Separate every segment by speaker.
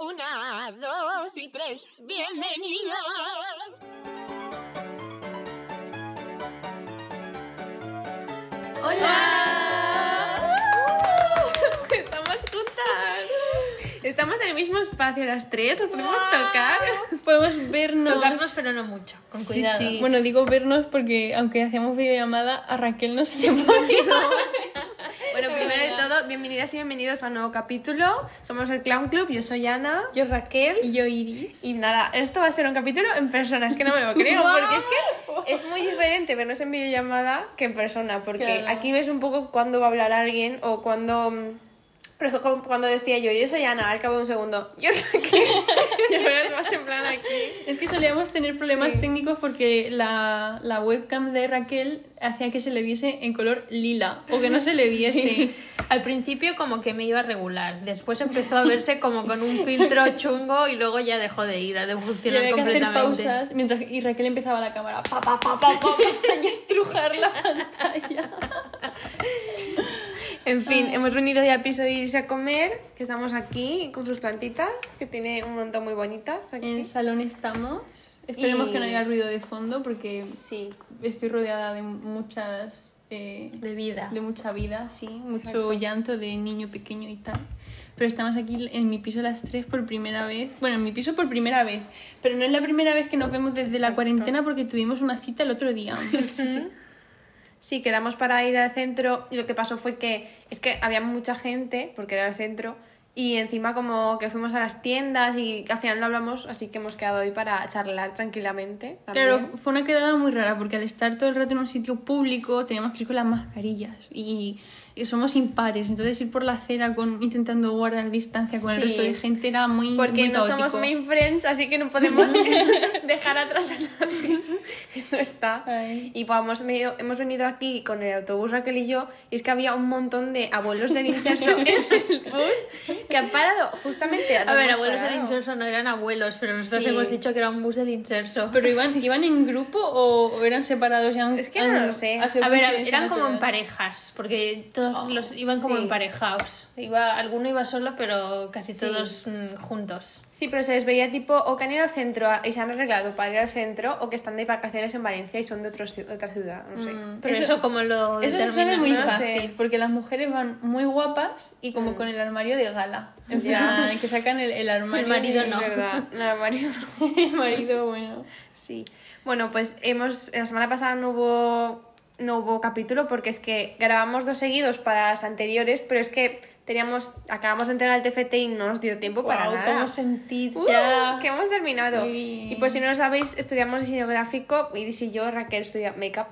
Speaker 1: Una, dos y tres. Bienvenidos.
Speaker 2: ¡Hola! Estamos juntas. Estamos en el mismo espacio las tres, nos podemos tocar.
Speaker 3: Podemos vernos.
Speaker 4: Tocarnos, pero no mucho, con
Speaker 3: Sí,
Speaker 4: cuidado.
Speaker 3: sí. Bueno, digo vernos porque aunque hacíamos videollamada, a Raquel no se le podía.
Speaker 2: Bueno, primero de todo, bienvenidas y bienvenidos a un nuevo capítulo. Somos el Clown Club, yo soy Ana.
Speaker 4: Yo Raquel.
Speaker 3: y yo Iris.
Speaker 2: Y nada, esto va a ser un capítulo en persona, es que no me lo creo, porque es que es muy diferente vernos en videollamada que en persona, porque
Speaker 3: Claro.
Speaker 2: aquí ves un poco cuándo va a hablar alguien o cuándo... mm, Por ejemplo, como cuando decía yo, yo soy Ana, al cabo de un segundo, yo soy aquí, y ahora es más en plan aquí.
Speaker 3: Es que solíamos tener problemas
Speaker 2: Sí.
Speaker 3: técnicos porque la, la webcam de Raquel hacía que se le viese en color lila o que no se le viese.
Speaker 4: Al principio como que me iba a regular, después empezó a verse como con un filtro chungo y luego ya dejó de ir, ha de
Speaker 3: Y
Speaker 4: funcionar
Speaker 3: había que hacer
Speaker 4: completamente.
Speaker 3: pausas mientras y Raquel empezaba la cámara pa pa pa pa pa, pa, y estrujar la pantalla.
Speaker 2: En fin, hemos venido ya al piso de irse a comer, que estamos aquí con sus plantitas, que tiene un montón muy bonitas
Speaker 3: En
Speaker 2: aquí.
Speaker 3: el salón estamos. Esperemos
Speaker 2: Y-
Speaker 3: que no haya ruido de fondo porque
Speaker 2: Sí.
Speaker 3: estoy rodeada de muchas eh,
Speaker 4: De vida.
Speaker 3: de mucha vida, sí, mucho
Speaker 2: Exacto.
Speaker 3: llanto de niño pequeño y tal. Pero estamos aquí en mi piso las tres por primera vez. Bueno, en mi piso por primera vez. Pero no es la primera vez que nos vemos desde la cuarentena porque tuvimos una cita el otro día.
Speaker 2: Sí, quedamos para ir al centro y lo que pasó fue que es que había mucha gente, porque era el centro, y encima como que fuimos a las tiendas y al final no hablamos, así que hemos quedado hoy para charlar tranquilamente. también.
Speaker 3: Claro, fue una quedada muy rara porque al estar todo el rato en un sitio público teníamos que ir con las mascarillas y, y somos impares. Entonces ir por la acera con, intentando guardar distancia con el
Speaker 2: Sí.
Speaker 3: resto de gente era muy...
Speaker 2: Porque
Speaker 3: muy
Speaker 2: no somos
Speaker 3: caótico.
Speaker 2: main friends, así que no podemos dejar atrás a nadie. Eso está.
Speaker 3: Ay.
Speaker 2: Y pues, hemos, venido, hemos venido aquí con el autobús Raquel y yo, y es que había un montón de abuelos del inserso en el bus que han parado justamente
Speaker 4: A
Speaker 2: donde
Speaker 4: ver,
Speaker 2: hemos
Speaker 4: abuelos del
Speaker 2: parado.
Speaker 4: inserso no eran abuelos, pero nosotros
Speaker 2: Sí.
Speaker 4: hemos dicho que era un bus del inserso.
Speaker 3: ¿Pero iban, iban en grupo o, o eran separados? Y han-
Speaker 2: Es que no
Speaker 3: han-
Speaker 2: lo sé.
Speaker 3: ha sido
Speaker 4: a ver,
Speaker 3: coincidencia
Speaker 4: eran como en
Speaker 3: natural.
Speaker 4: parejas, porque todos los iban como
Speaker 2: sí.
Speaker 4: emparejados. Iba, alguno iba solo, pero casi
Speaker 2: Sí.
Speaker 4: todos mm, juntos.
Speaker 2: Sí, pero se les veía tipo o que han ido al centro a- y se han arreglado para ir al centro o que están de vacaciones en Valencia y son de, otro ci- de otra ciudad, no sé.
Speaker 4: Pero eso, como lo
Speaker 3: Eso se sabe
Speaker 4: determinas,
Speaker 3: muy
Speaker 2: no lo
Speaker 3: fácil,
Speaker 2: sé.
Speaker 3: porque las mujeres van muy guapas y como con el armario de gala. En plan, que sacan el, el armario.
Speaker 4: El marido
Speaker 3: de-
Speaker 4: no.
Speaker 2: Es verdad, no, marido no.
Speaker 3: el marido, bueno.
Speaker 2: Sí. Bueno, pues hemos la semana pasada no hubo no hubo capítulo porque es que grabamos dos seguidos para las anteriores, pero es que teníamos acabamos de entregar el TFT y no nos dio tiempo para
Speaker 3: Guau,
Speaker 2: nada.
Speaker 3: ¿Cómo sentís
Speaker 2: ¡Uh!
Speaker 3: ya?
Speaker 2: que hemos terminado.
Speaker 3: Muy bien.
Speaker 2: Y pues si no lo sabéis, estudiamos diseño gráfico, Iris y yo, Raquel estudia make-up.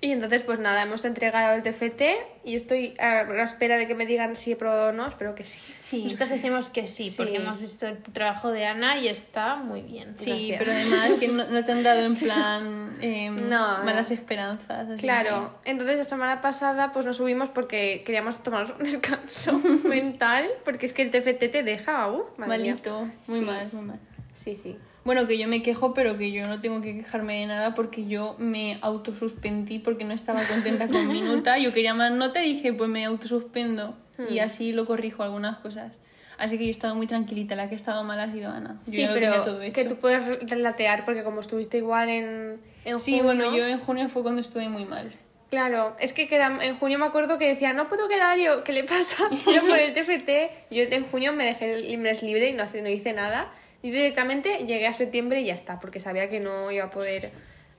Speaker 2: Y entonces pues nada, hemos entregado el TFT y estoy a la espera de que me digan si he probado o no, espero que sí.
Speaker 4: Nosotros decimos que sí,
Speaker 2: Sí.
Speaker 4: porque hemos visto el trabajo de Ana y está muy bien.
Speaker 3: Sí,
Speaker 2: Gracias.
Speaker 3: pero además que no, no te han dado en plan eh,
Speaker 2: No, no.
Speaker 3: malas esperanzas. así
Speaker 2: Claro, entonces la semana pasada pues nos subimos porque queríamos tomarnos un descanso mental, porque es que el TFT te deja, uh,
Speaker 3: que,
Speaker 2: madre mía.
Speaker 3: malito, muy
Speaker 2: Sí.
Speaker 3: mal, muy mal.
Speaker 2: Sí, sí.
Speaker 3: Bueno, que yo me quejo, pero que yo no tengo que quejarme de nada porque yo me autosuspendí porque no estaba contenta con mi nota. Yo quería más nota y dije, pues me autosuspendo. Y
Speaker 2: Hmm.
Speaker 3: así lo corrijo algunas cosas. Así que yo he estado muy tranquilita. La que he estado mal ha sido Ana. Yo
Speaker 2: sí,
Speaker 3: ya lo tenía todo
Speaker 2: pero
Speaker 3: hecho.
Speaker 2: que tú puedes re- relatear porque como estuviste igual en, en
Speaker 3: Sí, bueno,
Speaker 2: junio-
Speaker 3: yo en junio fue cuando estuve muy mal.
Speaker 2: Claro, es que quedam- en junio me acuerdo que decía, no puedo quedar yo, ¿qué le pasa? Pero por el TFT, yo en junio me dejé el mes libre y no, hace- no hice nada. Y directamente llegué a septiembre y ya está, porque sabía que no iba a poder.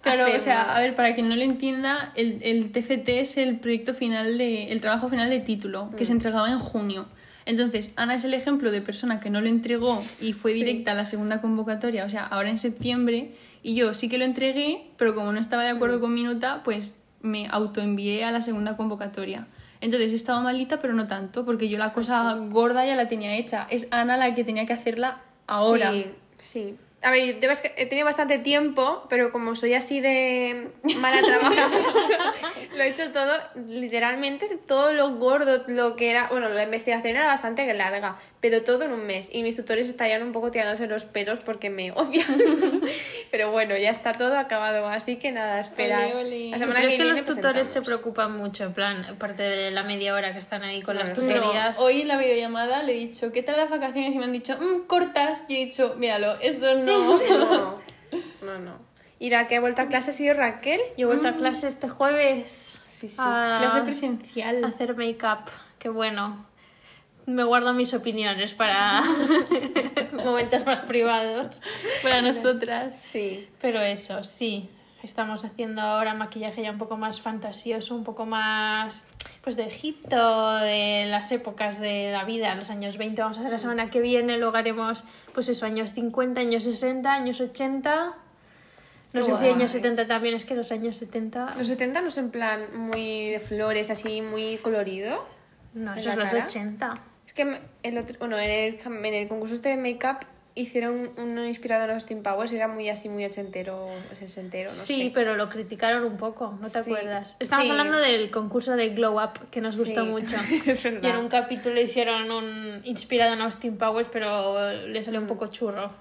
Speaker 3: Claro,
Speaker 2: hacer
Speaker 3: o sea,
Speaker 2: nada.
Speaker 3: a ver, para quien no lo entienda, el, el TFT es el proyecto final de, el trabajo final de título, que se entregaba en junio. Entonces, Ana es el ejemplo de persona que no lo entregó y fue directa a la segunda convocatoria, o sea, ahora en septiembre, y yo sí que lo entregué, pero como no estaba de acuerdo con mi nota, pues me autoenvié a la segunda convocatoria. Entonces he estado malita, pero no tanto, porque yo la cosa gorda ya la tenía hecha. Es Ana la que tenía que hacerla ahora.
Speaker 2: Sí, sí. A ver, yo te vas- he tenido bastante tiempo, pero como soy así de mala trabajadora, lo he hecho todo, literalmente, todo lo gordo, lo que era, bueno, la investigación era bastante larga, pero todo en un mes. Y mis tutores estarían un poco tirándose los pelos porque me odian. pero bueno, ya está todo acabado, así que nada, espera.
Speaker 3: Ole, ole.
Speaker 2: La
Speaker 4: ¿Tú
Speaker 2: semana
Speaker 4: crees
Speaker 2: que
Speaker 4: que, pues,
Speaker 2: viene pues
Speaker 4: los tutores se
Speaker 2: presentamos.
Speaker 4: preocupan mucho? En plan, aparte de la media hora que están ahí con
Speaker 2: No
Speaker 4: las
Speaker 2: lo sé.
Speaker 4: tutorías.
Speaker 3: No, hoy en la videollamada le he dicho, ¿qué tal las vacaciones? Y me han dicho, "Mm, cortas. Y he dicho, míralo, esto no.
Speaker 2: No, no, no. ¿Y la que ha vuelto a clase ha sido Raquel?
Speaker 4: Yo he vuelto a clase este jueves. Ah.
Speaker 2: Sí, sí.
Speaker 4: a
Speaker 3: Clase presencial.
Speaker 4: Hacer make-up. Qué bueno. Me guardo mis opiniones para momentos más privados.
Speaker 3: Para nosotras.
Speaker 2: Sí.
Speaker 4: Pero eso, sí. Estamos haciendo ahora maquillaje ya un poco más fantasioso, un poco más pues de Egipto, de las épocas de la vida, los años 20 vamos a hacer la semana que viene, luego haremos pues eso, años 50, años 60, años 80. No sé si
Speaker 2: guay.
Speaker 4: años 70 también, es que los años 70
Speaker 2: Los 70 no es en plan muy de flores, así muy colorido.
Speaker 4: no,
Speaker 2: ¿En
Speaker 4: eso es
Speaker 2: la
Speaker 4: los
Speaker 2: cara?
Speaker 4: 80.
Speaker 2: Es que el otro, bueno, en el, cam- en el concurso este de make-up hicieron uno inspirado en Austin Powers, era muy así, muy ochentero, sesentero, no
Speaker 4: sí,
Speaker 2: sé.
Speaker 4: pero lo criticaron un poco, ¿no te
Speaker 2: Sí.
Speaker 4: acuerdas? Estamos
Speaker 2: Sí.
Speaker 4: hablando del concurso de Glow Up, que nos gustó
Speaker 2: Sí.
Speaker 4: mucho.
Speaker 2: es
Speaker 4: Y en
Speaker 2: verdad.
Speaker 4: un capítulo hicieron un inspirado en Austin Powers, pero le salió
Speaker 2: Mm.
Speaker 4: un poco churro.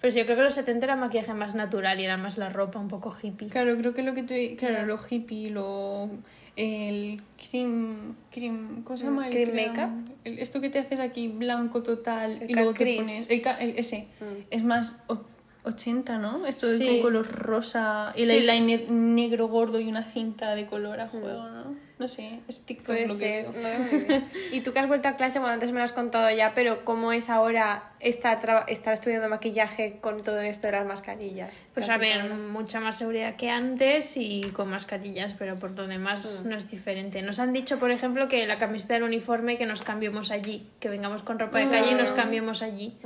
Speaker 4: Pero sí, yo creo que los 70 era maquillaje más natural y era más la ropa un poco hippie.
Speaker 3: Claro, creo que lo que tú... Claro, lo hippie, lo... El cream... cream ¿Cómo se llama? El
Speaker 2: Cream
Speaker 3: cream-
Speaker 2: makeup.
Speaker 3: el- esto que te haces aquí, blanco total,
Speaker 2: El
Speaker 3: y luego
Speaker 2: cat
Speaker 3: te
Speaker 2: crease.
Speaker 3: pones... El, ca- el- ese. Es más... o- 80, ¿no? Esto es
Speaker 4: Sí.
Speaker 3: con color rosa, el
Speaker 4: Sí.
Speaker 3: eyeliner negro gordo y una cinta de color a juego, ¿no? No sé, es TikTok
Speaker 2: Puede
Speaker 3: lo que
Speaker 2: ser.
Speaker 3: veo.
Speaker 2: no veo muy bien. y tú que has vuelto a clase, bueno, antes me lo has contado ya, pero ¿cómo es ahora estar, tra- estar estudiando maquillaje con todo esto de las mascarillas?
Speaker 4: Pues
Speaker 2: ¿Qué
Speaker 4: a
Speaker 2: haces
Speaker 4: ver,
Speaker 2: ahora?
Speaker 4: mucha más seguridad que antes y con mascarillas, pero por lo demás no es diferente. Nos han dicho, por ejemplo, que la camiseta del uniforme que nos cambiemos allí, que vengamos con ropa de calle y nos cambiemos allí.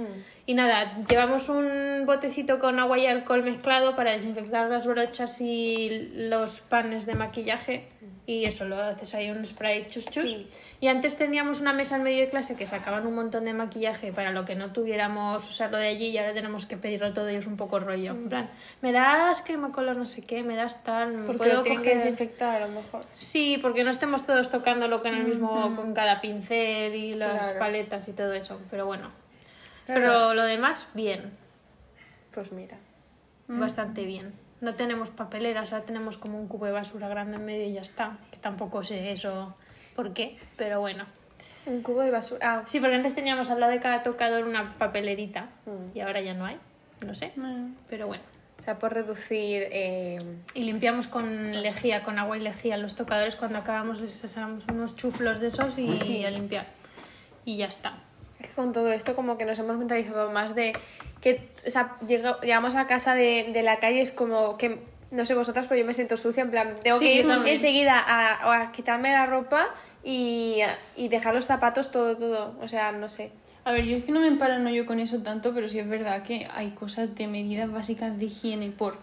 Speaker 4: Y nada, llevamos un botecito con agua y alcohol mezclado para desinfectar las brochas y los panes de maquillaje y eso lo haces ahí un spray chus chus.
Speaker 2: Sí.
Speaker 4: Y antes teníamos una mesa en medio de clase que sacaban un montón de maquillaje para lo que no tuviéramos usarlo de allí y ahora tenemos que pedirlo todo y es un poco rollo.
Speaker 2: Mm.
Speaker 4: En plan, me das crema color no sé qué, me das tal, me
Speaker 2: Porque
Speaker 4: mm, puedo
Speaker 2: lo tienen que
Speaker 4: coger...
Speaker 2: desinfectar a lo mejor.
Speaker 4: Sí, porque no estemos todos tocándolo con el mismo, con cada pincel y las
Speaker 2: Claro.
Speaker 4: paletas y todo eso, pero bueno.
Speaker 2: Claro.
Speaker 4: Pero lo demás, bien,
Speaker 2: Pues mira. Mm.
Speaker 4: bastante bien. No tenemos papeleras, ahora tenemos como un cubo de basura grande en medio y ya está. Que tampoco sé eso por qué, pero bueno.
Speaker 2: Un cubo de basura. Ah,
Speaker 4: Sí, porque antes teníamos hablado de cada tocador una papelerita y ahora ya no hay, no sé,
Speaker 3: Mm.
Speaker 4: pero bueno.
Speaker 2: o sea, por reducir. eh,
Speaker 4: Y limpiamos con lejía, con agua y lejía los tocadores cuando acabamos les sacamos unos chuflos de esos y,
Speaker 3: Pues
Speaker 4: a limpiar. Y ya está.
Speaker 2: Es que con todo esto como que nos hemos mentalizado más de que, o sea, llega- llegamos a casa de, de la calle es como que, no sé vosotras, pero yo me siento sucia, en plan, tengo
Speaker 4: Sí,
Speaker 2: que ir
Speaker 4: yo también.
Speaker 2: enseguida a, a quitarme la ropa y, y dejar los zapatos, todo, todo, o sea, no sé.
Speaker 3: A ver, yo es que no me emparano yo con eso tanto, pero sí es verdad que hay cosas de medidas básicas de higiene por,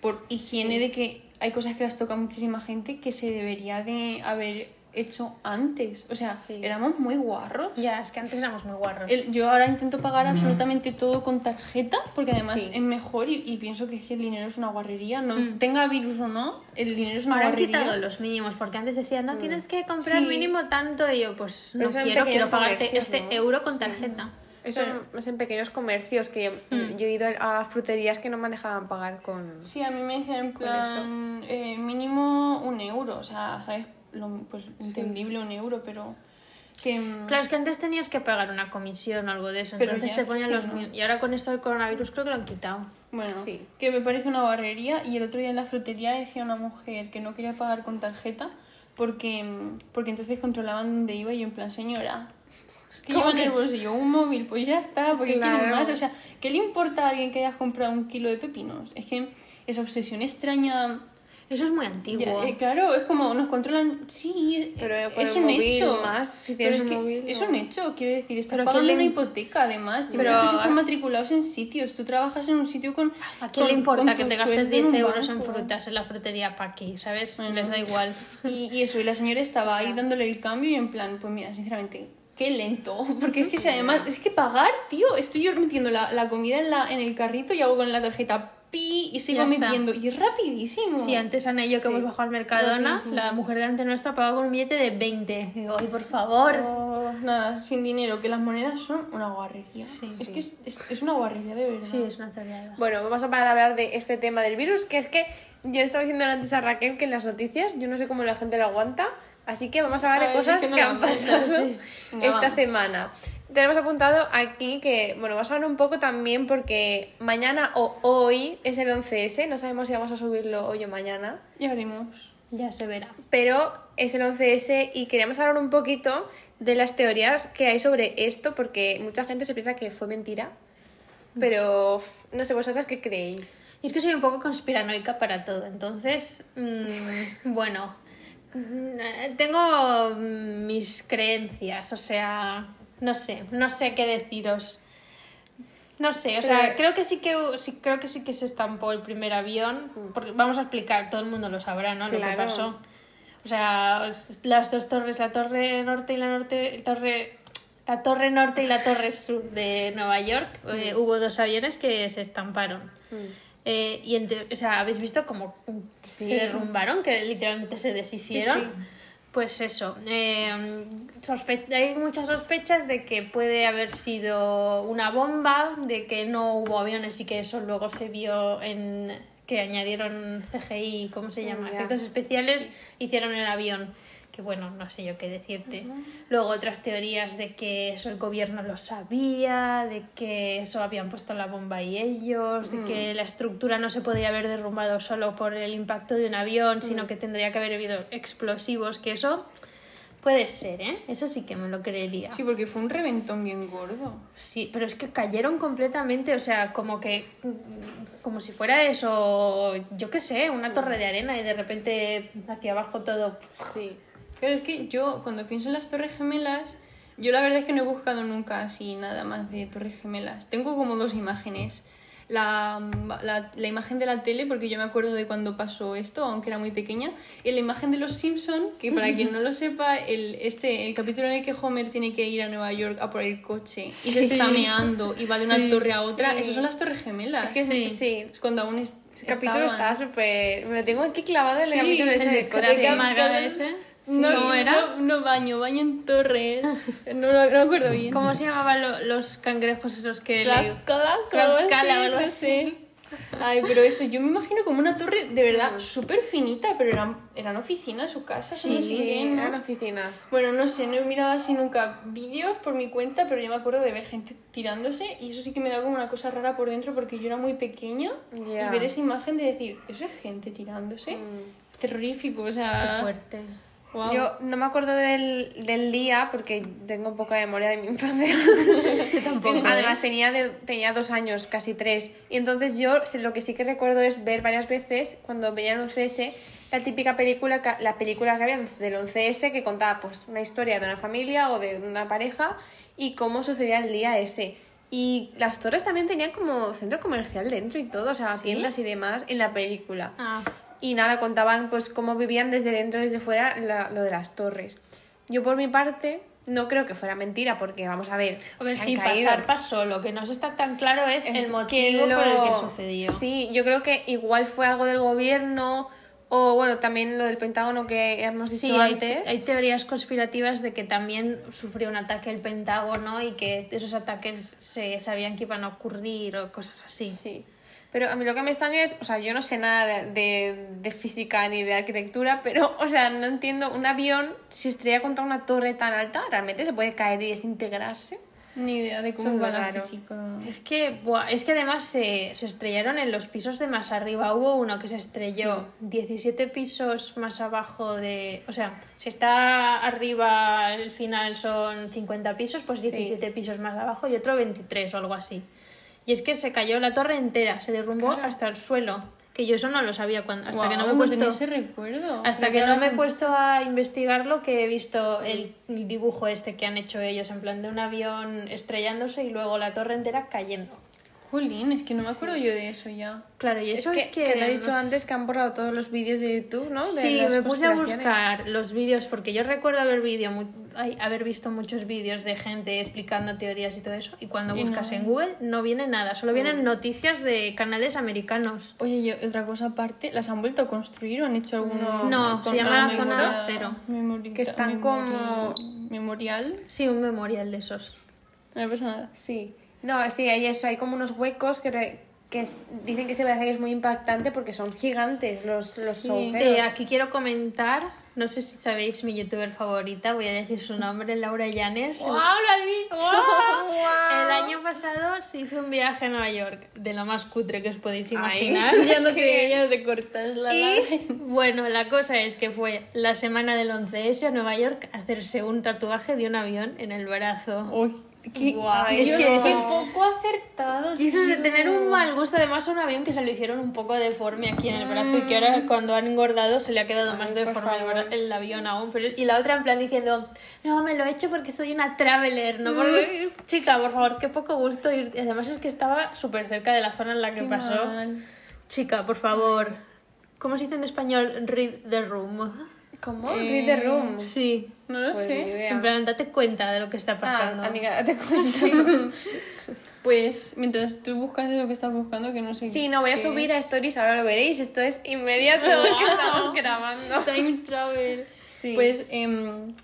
Speaker 3: por higiene de que hay cosas que las toca muchísima gente que se debería de haber hecho antes. O sea,
Speaker 2: Sí.
Speaker 3: éramos muy guarros.
Speaker 4: Ya, es que antes éramos muy guarros.
Speaker 3: El- yo ahora intento pagar absolutamente todo con tarjeta porque además
Speaker 2: Sí.
Speaker 3: es mejor y, y pienso que, es que el dinero es una guarrería. No tenga virus o no, el dinero es una
Speaker 4: Ahora han
Speaker 3: guarrería.
Speaker 4: quitado los mínimos, porque antes decían, no tienes que comprar
Speaker 3: Mm. Sí.
Speaker 4: mínimo tanto. Y yo, pues no
Speaker 2: Pero son
Speaker 4: quiero, quiero
Speaker 2: pequeños
Speaker 4: pagarte
Speaker 2: comercios,
Speaker 4: este
Speaker 2: ¿no?
Speaker 4: euro con tarjeta.
Speaker 2: Eso es en pequeños comercios que
Speaker 4: Hmm.
Speaker 2: yo he ido a fruterías que no me dejaban pagar con...
Speaker 3: Sí, a mí me decían en plan eh, mínimo un euro, o sea, ¿sabes? Lo- pues entendible un euro, pero que... mm,
Speaker 4: Claro, es que antes tenías que pagar una comisión o algo de eso,
Speaker 3: Pero
Speaker 4: entonces
Speaker 3: ya
Speaker 4: te ponían
Speaker 3: creo
Speaker 4: los
Speaker 3: que no.
Speaker 4: mil. Y ahora con esto del coronavirus creo que lo han quitado.
Speaker 3: Bueno,
Speaker 2: Sí.
Speaker 3: que me parece una barrería y el otro día en la frutería decía una mujer que no quería pagar con tarjeta porque, mm, porque entonces controlaban dónde iba y yo en plan, señora, que
Speaker 4: ¿Cómo
Speaker 3: lleva en
Speaker 4: que?
Speaker 3: el bolsillo? Un móvil, pues ya está, porque
Speaker 2: Claro.
Speaker 3: quiere más. O sea, ¿qué le importa a alguien que hayas comprado un kilo de pepinos? Es que esa obsesión extraña
Speaker 4: Eso es muy
Speaker 3: Ya,
Speaker 4: antiguo.
Speaker 3: eh, claro, es como nos controlan. Sí,
Speaker 2: Pero
Speaker 3: eh,
Speaker 2: con
Speaker 3: es
Speaker 2: el
Speaker 3: un
Speaker 2: móvil
Speaker 3: hecho.
Speaker 2: más, si
Speaker 3: Pero
Speaker 2: tienes
Speaker 3: es
Speaker 2: un
Speaker 3: que
Speaker 2: móvil,
Speaker 3: Es
Speaker 2: no.
Speaker 3: un hecho, quiero decir. Estás
Speaker 4: Pero ¿a
Speaker 3: pagando
Speaker 4: quién le
Speaker 3: una
Speaker 4: im-
Speaker 3: hipoteca, además. Pero...
Speaker 4: Pero-
Speaker 3: tus hijos matriculados en sitios. Tú trabajas en un sitio con.
Speaker 4: ¿A quién le
Speaker 3: con-
Speaker 4: importa
Speaker 3: con
Speaker 4: que
Speaker 3: tu
Speaker 4: te
Speaker 3: sueldo
Speaker 4: gastes
Speaker 3: en
Speaker 4: 10
Speaker 3: un
Speaker 4: euros en
Speaker 3: banco? ¿eh?
Speaker 4: frutas en la frutería pa' aquí, ¿sabes?
Speaker 3: Bueno.
Speaker 4: Les da igual.
Speaker 3: Y, y eso, y la señora estaba ahí dándole el cambio y en plan, pues mira, sinceramente, qué lento. Porque es que si además, es que pagar, tío, estoy yo metiendo la, la comida en, la, en el carrito y hago con la tarjeta pi y sigo
Speaker 4: Ya está.
Speaker 3: metiendo. Y es rapidísimo.
Speaker 4: Si antes Ana y yo que hemos bajado al Mercadona,
Speaker 3: Buenísimo.
Speaker 4: la mujer delante nuestra pagaba con un billete de 20. Digo, ay, por favor.
Speaker 3: Oh, nada, sin dinero, que las monedas son una guarrería. es que es, es- es una guarrería de verdad.
Speaker 4: Sí, es una teoría. de-
Speaker 2: Bueno, vamos a parar de hablar de este tema del virus, que es que yo estaba diciendo antes a Raquel que en las noticias yo no sé cómo la gente lo aguanta, así que vamos a hablar
Speaker 3: A
Speaker 2: de
Speaker 3: ver,
Speaker 2: cosas
Speaker 3: es
Speaker 2: que,
Speaker 3: que no lo
Speaker 2: han
Speaker 3: aguanto,
Speaker 2: pasado
Speaker 3: sí. Venga,
Speaker 2: esta
Speaker 3: vamos.
Speaker 2: semana. Tenemos apuntado aquí que, bueno, vas a hablar un poco también porque mañana o hoy es el 11S, no sabemos si vamos a subirlo hoy o mañana
Speaker 3: Ya veremos.
Speaker 4: Ya se verá.
Speaker 2: pero es el 11S y queríamos hablar un poquito de las teorías que hay sobre esto, porque mucha gente se piensa que fue mentira, pero uf, no sé vosotras qué creéis.
Speaker 4: Y es que soy un poco conspiranoica para todo, entonces, mm, bueno, mm, eh, tengo mm, mis creencias, o sea, no sé, no sé qué deciros. No sé, o sea,
Speaker 2: Pero-
Speaker 4: creo que sí que hu- sí, creo que sí que se estampó el primer avión, porque vamos a explicar, todo el mundo lo sabrá, ¿no? Lo
Speaker 2: Claro.
Speaker 4: que pasó. O sea, os- las dos torres, la torre norte y la norte, torre, la torre norte y la torre sur de Nueva York,
Speaker 2: Mm.
Speaker 4: eh, hubo dos aviones que se estamparon. Eh, y ente- o sea, habéis visto cómo se derrumbaron, que literalmente se deshicieron.
Speaker 2: Sí, sí.
Speaker 4: Pues eso, eh, sospe- hay muchas sospechas de que puede haber sido una bomba, de que no hubo aviones y que eso luego se vio en que añadieron CGI, ¿cómo se llama?
Speaker 2: Ya.
Speaker 4: Efectos especiales, hicieron el avión. Que bueno, no sé yo qué decirte. Luego otras teorías de que eso el gobierno lo sabía, de que eso habían puesto la bomba y ellos, de que la estructura no se podía haber derrumbado solo por el impacto de un avión, sino que tendría que haber habido explosivos, que eso puede ser, ¿eh? Eso sí que me lo creería.
Speaker 3: Sí, porque fue un reventón bien gordo.
Speaker 4: Sí, pero es que cayeron completamente, o sea, como que. mm, como si fuera eso, yo qué sé, una torre de arena y de repente hacia abajo todo.
Speaker 2: Sí.
Speaker 3: Pero es que yo, cuando pienso en las Torres Gemelas, yo la verdad es que no he buscado nunca así nada más de Torres Gemelas. Tengo como dos imágenes. La, la, la imagen de la tele, porque yo me acuerdo de cuando pasó esto, aunque era muy pequeña, y la imagen de los Simpson, que para quien no lo sepa, el, este, el capítulo en el que Homer tiene que ir a Nueva York a por el coche y se está meando y va de una torre a otra, esas son las Torres Gemelas.
Speaker 2: Es que sí. sí.
Speaker 3: Es cuando aún es,
Speaker 2: El capítulo
Speaker 3: estaban.
Speaker 2: estaba súper... Me lo tengo aquí clavado en el
Speaker 3: Sí,
Speaker 2: capítulo ese
Speaker 3: el
Speaker 2: del
Speaker 3: de
Speaker 2: coche.
Speaker 3: Corazón.
Speaker 2: Capítulo-
Speaker 3: Málaga ese. No,
Speaker 4: ¿Cómo
Speaker 3: no,
Speaker 4: era?
Speaker 3: No, baño, baño en torres. No lo no acuerdo bien.
Speaker 4: ¿Cómo se llamaban lo- los cangrejos esos que le-
Speaker 3: Tlaxcalas o algo así,
Speaker 4: Tlaxcala o algo
Speaker 3: no
Speaker 4: así.
Speaker 3: sé. Ay, pero eso, yo me imagino como una torre de verdad súper finita, pero eran, eran oficinas o casas.
Speaker 2: Sí,
Speaker 3: no sé
Speaker 2: sí,
Speaker 3: qué, ¿no?
Speaker 2: eran oficinas.
Speaker 3: Bueno, no sé, no he mirado así nunca vídeos por mi cuenta, pero yo me acuerdo de ver gente tirándose y eso sí que me da como una cosa rara por dentro porque yo era muy pequeña
Speaker 2: Ya.
Speaker 3: y ver esa imagen de decir, eso es gente tirándose,
Speaker 4: Mm.
Speaker 3: terrorífico, o sea...
Speaker 4: Qué fuerte.
Speaker 3: guau.
Speaker 2: Yo no me acuerdo del, del día porque tengo poca memoria de mi infancia. Además tenía, de- tenía dos años, casi tres. Y entonces yo sé- lo que sí que recuerdo es ver varias veces cuando veía el 11S la típica película, que- la película que había del 11S que contaba pues una historia de una familia o de una pareja y cómo sucedía el día ese. Y las torres también tenían como centro comercial dentro y todo, o sea, tiendas y demás en la película.
Speaker 4: Ah,
Speaker 2: Y nada, contaban pues cómo vivían desde dentro y desde fuera la- lo de las torres. Yo por mi parte no creo que fuera mentira porque vamos a ver,
Speaker 4: a ver,
Speaker 2: se han
Speaker 4: sí,
Speaker 2: caído.
Speaker 4: pasar pasó. Lo que no se está tan claro es,
Speaker 2: Es
Speaker 4: el
Speaker 2: que
Speaker 4: motivo por el que
Speaker 2: lo-
Speaker 4: sucedió.
Speaker 2: Sí, yo creo que igual fue algo del gobierno o bueno, también lo del Pentágono que hemos dicho
Speaker 4: Sí, hay,
Speaker 2: antes.
Speaker 4: hay teorías conspirativas de que también sufrió un ataque el Pentágono y que esos ataques se sabían que iban a ocurrir o cosas así.
Speaker 2: Sí. Pero a mí lo que me extraña es, o sea, yo no sé nada de, de- de física ni de arquitectura, pero, o sea, no entiendo, un avión, si estrella contra una torre tan alta, ¿realmente se puede caer y desintegrarse?
Speaker 3: Ni idea de
Speaker 2: Eso
Speaker 3: cómo
Speaker 2: es
Speaker 3: va
Speaker 2: raro.
Speaker 3: la física.
Speaker 4: Es que, buah, es que además se, se estrellaron en los pisos de más arriba. Hubo uno que se estrelló 17 pisos más abajo de... O sea, si está arriba el final son 50 pisos, pues
Speaker 2: Sí.
Speaker 4: 17 pisos más abajo y otro 23 o algo así. Y es que se cayó la torre entera, se derrumbó hasta el suelo. Que yo eso no lo sabía cuando, hasta que no me he
Speaker 3: Guau, pues
Speaker 4: puesto...
Speaker 3: tenía ese recuerdo.
Speaker 4: Hasta
Speaker 3: Yo
Speaker 4: que
Speaker 3: ahora
Speaker 4: no me he
Speaker 3: con-
Speaker 4: puesto a investigarlo, que he visto el dibujo este que han hecho ellos, en plan de un avión estrellándose y luego la torre entera cayendo.
Speaker 3: Jolín, es que no me acuerdo yo de eso ya.
Speaker 4: Claro, y eso es que...
Speaker 2: te he dicho
Speaker 4: no sé.
Speaker 2: antes que han borrado todos los vídeos de YouTube, ¿no? De
Speaker 4: Sí,
Speaker 2: las
Speaker 4: me puse a
Speaker 2: conspiraciones.
Speaker 4: buscar los vídeos porque yo recuerdo haber, vídeo mu- ay, haber visto muchos vídeos de gente explicando teorías y todo eso y cuando
Speaker 3: Y
Speaker 4: buscas
Speaker 3: no.
Speaker 4: en Google no viene nada, solo vienen noticias de canales americanos.
Speaker 3: Oye, y otra cosa aparte, ¿las han vuelto a construir o han hecho alguno?
Speaker 4: No,
Speaker 3: con-
Speaker 4: se llama
Speaker 3: alguna
Speaker 4: la zona
Speaker 3: memoria-
Speaker 4: cero.
Speaker 3: memori-
Speaker 2: Que están
Speaker 3: memori-
Speaker 2: como-
Speaker 3: Memorial.
Speaker 4: Sí, un memorial de esos.
Speaker 3: No pasa nada.
Speaker 2: Sí. No, sí, hay eso, hay como unos huecos que, re- que s- dicen que se parece que es muy impactante porque son gigantes los, los
Speaker 4: Eh,
Speaker 2: agujeros.
Speaker 4: aquí quiero comentar, no sé si sabéis mi youtuber favorita, voy a decir su nombre, Laura Llanes.
Speaker 3: ¡Habla, dicho!
Speaker 4: El año pasado se hizo un viaje a Nueva York, de lo más cutre que os podéis imaginar.
Speaker 3: ya, no te, ya no te cortas la...
Speaker 4: Y bueno, la cosa es que fue la semana del 11S a Nueva York a hacerse un tatuaje de un avión en el brazo.
Speaker 3: Uy, qué-
Speaker 4: Guau, es
Speaker 3: Dios,
Speaker 4: que eso
Speaker 3: qué
Speaker 4: es-
Speaker 3: poco acertado.
Speaker 4: Quiso
Speaker 3: tío.
Speaker 4: de tener un mal gusto, además a un avión que se lo hicieron un poco deforme aquí en el brazo y que ahora
Speaker 3: Mm.
Speaker 4: cuando han engordado se le ha quedado más deforme el, bra- el avión aún. Pero, y la otra en plan diciendo, no, me lo he hecho porque soy una traveler, no porque...
Speaker 3: Mm.
Speaker 4: Chica, por favor, qué poco gusto. ir". Y además es que estaba súper cerca de la zona en la que
Speaker 3: Qué
Speaker 4: pasó.
Speaker 3: mal.
Speaker 4: Chica, por favor. ¿Cómo se dice en español? Read the room.
Speaker 2: ¿Cómo? Read the room.
Speaker 4: Eh, Sí.
Speaker 3: No lo
Speaker 2: Pues ni
Speaker 3: sé.
Speaker 2: idea.
Speaker 4: En plan, date cuenta de lo que está pasando.
Speaker 2: Ah, amiga, te cuento.
Speaker 3: Pues mientras tú buscas lo que estás buscando, que no sé.
Speaker 2: Sí, no, voy
Speaker 4: Eh.
Speaker 2: a
Speaker 3: qué.
Speaker 2: subir a Stories, ahora lo veréis. Esto es inmediato que estamos grabando.
Speaker 3: Time travel.
Speaker 2: Sí.
Speaker 3: Pues em,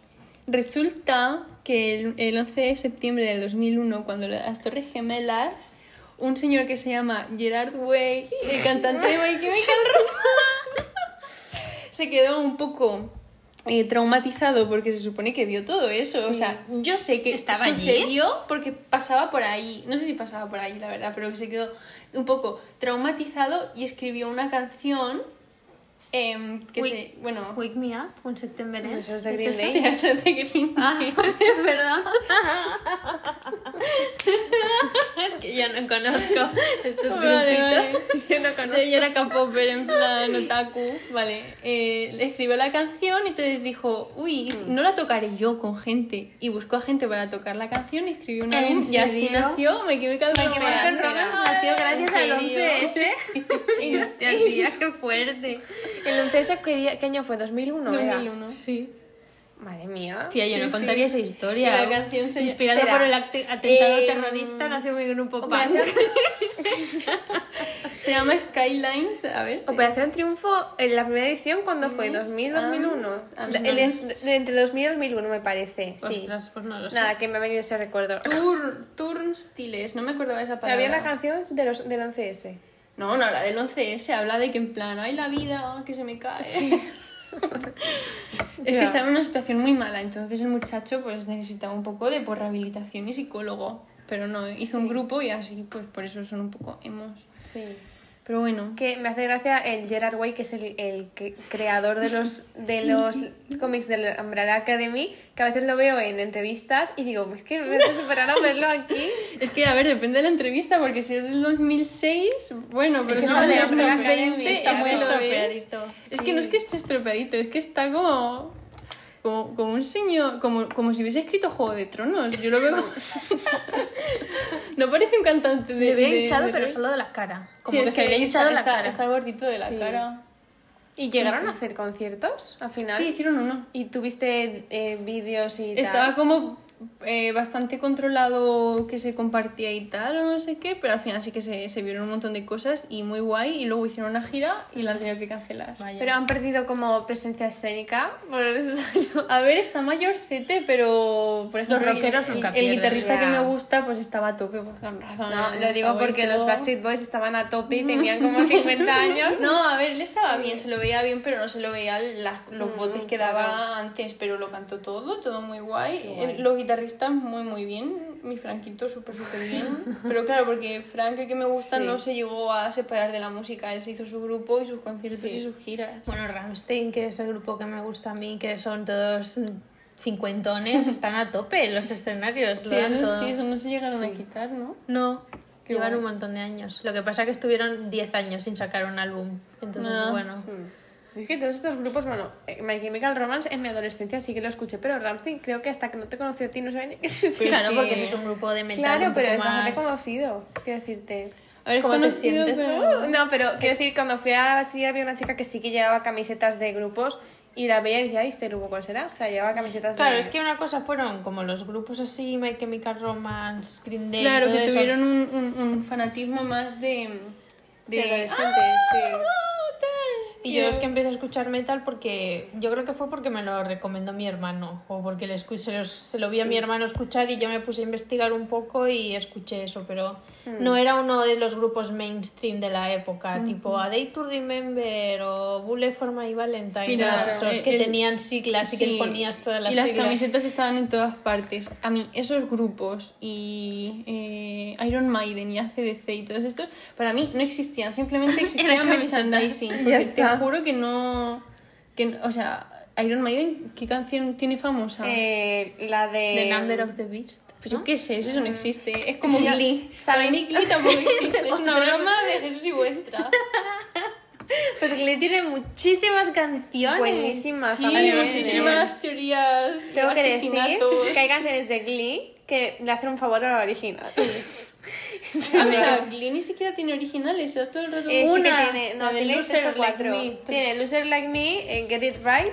Speaker 3: resulta que el, el 11 de septiembre del 2001, cuando las Torres Gemelas, un señor que se llama Gerard Way, el cantante de My Chemical Romance, se quedó un poco eh, traumatizado porque se supone que vio todo eso. O sea, yo sé que
Speaker 4: ¿Estaba allí?
Speaker 3: sucedió porque pasaba por ahí. No sé si pasaba por ahí, la verdad, pero que se quedó un poco traumatizado y escribió una canción em, que
Speaker 4: Uy.
Speaker 3: se... Bueno,
Speaker 4: Wake me up un September Ends.
Speaker 2: Eso es de Green Day.
Speaker 3: Hostia, eso es de Green
Speaker 4: Ah,
Speaker 3: Day.
Speaker 4: perdón. es que yo no conozco estos
Speaker 3: Vale,
Speaker 4: grupitos.
Speaker 3: vale.
Speaker 4: Yo no conozco.
Speaker 3: Yo era K-popper en plan otaku. Vale, eh, escribió la canción y entonces dijo, uy, ¿y si
Speaker 4: Mm.
Speaker 3: no la tocaré yo con gente. Y buscó a gente para tocar la canción y escribió una
Speaker 4: ¿En
Speaker 3: y así
Speaker 4: serio?
Speaker 3: nació My Chemical
Speaker 4: Ay, que
Speaker 3: Romance.
Speaker 4: Marco Rojas nació gracias al
Speaker 3: ¿En serio?
Speaker 4: 11S.
Speaker 3: ¿En
Speaker 4: Hostia, tía, qué fuerte.
Speaker 2: ¿El 11 qué, día- qué año fue? ¿2001? era?
Speaker 3: 2001.
Speaker 4: Sí.
Speaker 2: Madre mía.
Speaker 4: Tía, yo no contaría esa historia.
Speaker 3: Y la canción se-
Speaker 4: Inspirado
Speaker 2: Espera.
Speaker 4: por el acte- atentado
Speaker 3: Eh,
Speaker 4: terrorista, nació mi grupo punk.
Speaker 2: Operación,
Speaker 3: Se llama Skylines, a ver.
Speaker 2: Operación Triunfo, en la primera edición, ¿cuándo fue? ¿2000, 2001?
Speaker 3: ah,
Speaker 2: La-
Speaker 3: no.
Speaker 2: en es- entre 2000 y 2001, me parece. Sí.
Speaker 4: Ostras, pues no lo sé.
Speaker 2: Nada, que me ha venido ese recuerdo.
Speaker 3: Tur- Turnstiles, no me acuerdo de esa palabra.
Speaker 2: Había una canción de los, del 11S.
Speaker 3: No, no habla del 11S, habla de que en plan, ay, la vida, que se me cae. es
Speaker 2: Ya.
Speaker 3: que estaba en una situación muy mala, entonces el muchacho pues necesitaba un poco de por rehabilitación y psicólogo. Pero no, hizo un grupo y así, pues por eso son un poco hemos.
Speaker 2: Sí.
Speaker 3: Pero bueno.
Speaker 2: Que me hace gracia el Gerard Way, que es el, el que- creador de los, de los cómics de la Umbrella Academy, que a veces lo veo en entrevistas y digo, es que me hace súper raro verlo aquí.
Speaker 3: Es que, a ver, depende de la entrevista, porque si es del 2006, bueno, pero
Speaker 2: que
Speaker 3: si
Speaker 2: está
Speaker 3: es del
Speaker 2: muy estropeado,
Speaker 3: 2020,
Speaker 4: está
Speaker 3: es
Speaker 4: muy
Speaker 3: que lo ves.
Speaker 4: estropeadito,
Speaker 3: Es que no es que esté estropeadito, es que está como... Como, como un señor, como, como si hubiese escrito Juego de Tronos. Yo lo veo como... no parece un cantante de.
Speaker 4: Le había
Speaker 3: de-
Speaker 4: hinchado,
Speaker 3: de-
Speaker 4: pero solo de la cara.
Speaker 3: Sí,
Speaker 4: Como
Speaker 3: es
Speaker 4: que se le había
Speaker 3: está-
Speaker 4: hinchado la
Speaker 3: está-
Speaker 4: cara.
Speaker 3: Está gordito de la
Speaker 2: Sí.
Speaker 3: cara.
Speaker 2: ¿Y llegaron a hacer conciertos al final?
Speaker 3: Sí, hicieron uno.
Speaker 2: ¿Y tuviste eh, vídeos y tal?
Speaker 3: Estaba como eh, bastante controlado que se compartía y tal, o no sé qué, pero al final sí que se, se vieron un montón de cosas y muy guay. Y luego hicieron una gira y la han tenido que cancelar.
Speaker 4: Vaya.
Speaker 2: Pero han perdido como presencia escénica por eso.
Speaker 3: A ver, está mayorcete, pero por ejemplo,
Speaker 4: Los rockeros
Speaker 3: el,
Speaker 4: nunca
Speaker 3: el
Speaker 4: pierden,
Speaker 3: guitarrista que
Speaker 2: ya.
Speaker 3: me gusta pues estaba a tope, pues con razón.
Speaker 2: No, Mm.
Speaker 3: era
Speaker 2: lo
Speaker 3: mi
Speaker 2: digo porque
Speaker 3: favorito.
Speaker 2: los Backstreet Boys estaban a tope y tenían como 50 años.
Speaker 3: No, a ver, él estaba bien, Mm, se lo veía bien, pero no se lo veía las- los botes que
Speaker 2: claro.
Speaker 3: daba antes, pero lo cantó todo, todo muy guay. Eh, Los guitarristas muy, muy bien, mi Franquito súper, súper bien. pero claro, porque Frank, el que me gusta,
Speaker 2: Sí.
Speaker 3: no se llegó a separar de la música, él se hizo su grupo y sus conciertos
Speaker 2: Sí.
Speaker 3: y sus giras.
Speaker 4: Bueno, Ramstein, que es el grupo que me gusta a mí, que son todos mm, cincuentones, están a tope en los escenarios. Lo
Speaker 3: Sí,
Speaker 4: dan
Speaker 3: eso,
Speaker 4: todo.
Speaker 3: sí, eso no se llegaron a quitar, ¿no?
Speaker 4: No,
Speaker 3: Qué
Speaker 4: llevan
Speaker 3: guay.
Speaker 4: un montón de años. Lo que pasa es que estuvieron 10 años sin sacar un álbum. Entonces,
Speaker 3: Ah.
Speaker 4: bueno.
Speaker 2: Mm. Es que todos estos grupos, bueno, eh, My Chemical Romance en mi adolescencia sí que lo escuché, pero Ramstein creo que hasta que no te conoció a ti no sabía ni qué existía.
Speaker 4: Pues claro,
Speaker 3: que-
Speaker 4: porque eso es un grupo de metal.
Speaker 2: Claro,
Speaker 4: un
Speaker 2: pero
Speaker 4: poco
Speaker 2: es bastante
Speaker 4: más-
Speaker 2: conocido, quiero decirte.
Speaker 3: A ver, es
Speaker 4: ¿Cómo te
Speaker 3: conocido,
Speaker 4: sientes?
Speaker 3: pero-
Speaker 2: No, pero quiero decir, cuando fui a bachiller había una chica que sí que llevaba camisetas de grupos y la veía y decía, "Ay, este grupo cuál será? O sea, llevaba camisetas
Speaker 4: Claro,
Speaker 2: de...
Speaker 4: es que una cosa fueron como los grupos así, My Chemical Romance, Green Day.
Speaker 3: Claro,
Speaker 4: todo
Speaker 3: que
Speaker 4: eso.
Speaker 3: tuvieron un, un- un fanatismo más de...
Speaker 2: De,
Speaker 3: de
Speaker 2: adolescentes, sí.
Speaker 4: Y
Speaker 3: Eh.
Speaker 4: yo es que empecé a escuchar metal porque yo creo que fue porque me lo recomendó mi hermano o porque le escu- se, los- se lo vi a mi hermano escuchar y yo me puse a investigar un poco y escuché eso, pero
Speaker 3: Mm.
Speaker 4: no era uno de los grupos mainstream de la época, tipo A Day to Remember o Bullet for My Valentine,
Speaker 3: Mira,
Speaker 4: todos esos
Speaker 3: eh,
Speaker 4: que
Speaker 3: el-
Speaker 4: tenían siglas y
Speaker 3: Sí,
Speaker 4: que ponías todas las
Speaker 3: Y las
Speaker 4: siglas.
Speaker 3: camisetas estaban en todas partes. A mí, esos grupos y eh, Iron Maiden y ACDC y todos estos, para mí no existían, simplemente existía
Speaker 4: Eran camisetas.
Speaker 3: merchandising.
Speaker 2: Ya
Speaker 3: Porque te
Speaker 2: está.
Speaker 3: juro que no, que no- O sea, Iron Maiden, ¿qué canción tiene famosa?
Speaker 2: Eh, la de...
Speaker 4: The Number of the Beast.
Speaker 3: Pues yo qué sé, eso no existe. Es como
Speaker 2: Sí,
Speaker 3: Glee.
Speaker 2: ¿sabéis?
Speaker 3: Para mí Glee tampoco existe. Es una broma de Jesús y vuestra.
Speaker 4: Pues Glee tiene muchísimas canciones.
Speaker 2: Buenísimas,
Speaker 3: Sí,
Speaker 2: también.
Speaker 3: muchísimas teorías,
Speaker 2: Tengo que decir
Speaker 3: asesinatos.
Speaker 2: que hay canciones de Glee que le hacen un favor a la original. Sí.
Speaker 3: Ah, o sea, Glee ni siquiera tiene originales, es todo el rato.
Speaker 2: Eh, sí que
Speaker 4: Una,
Speaker 2: tiene, no,
Speaker 4: la de
Speaker 2: tiene
Speaker 4: Loser
Speaker 2: tres o
Speaker 4: Like
Speaker 2: cuatro.
Speaker 4: Me, tres.
Speaker 2: Tiene Loser Like Me, eh, Get It Right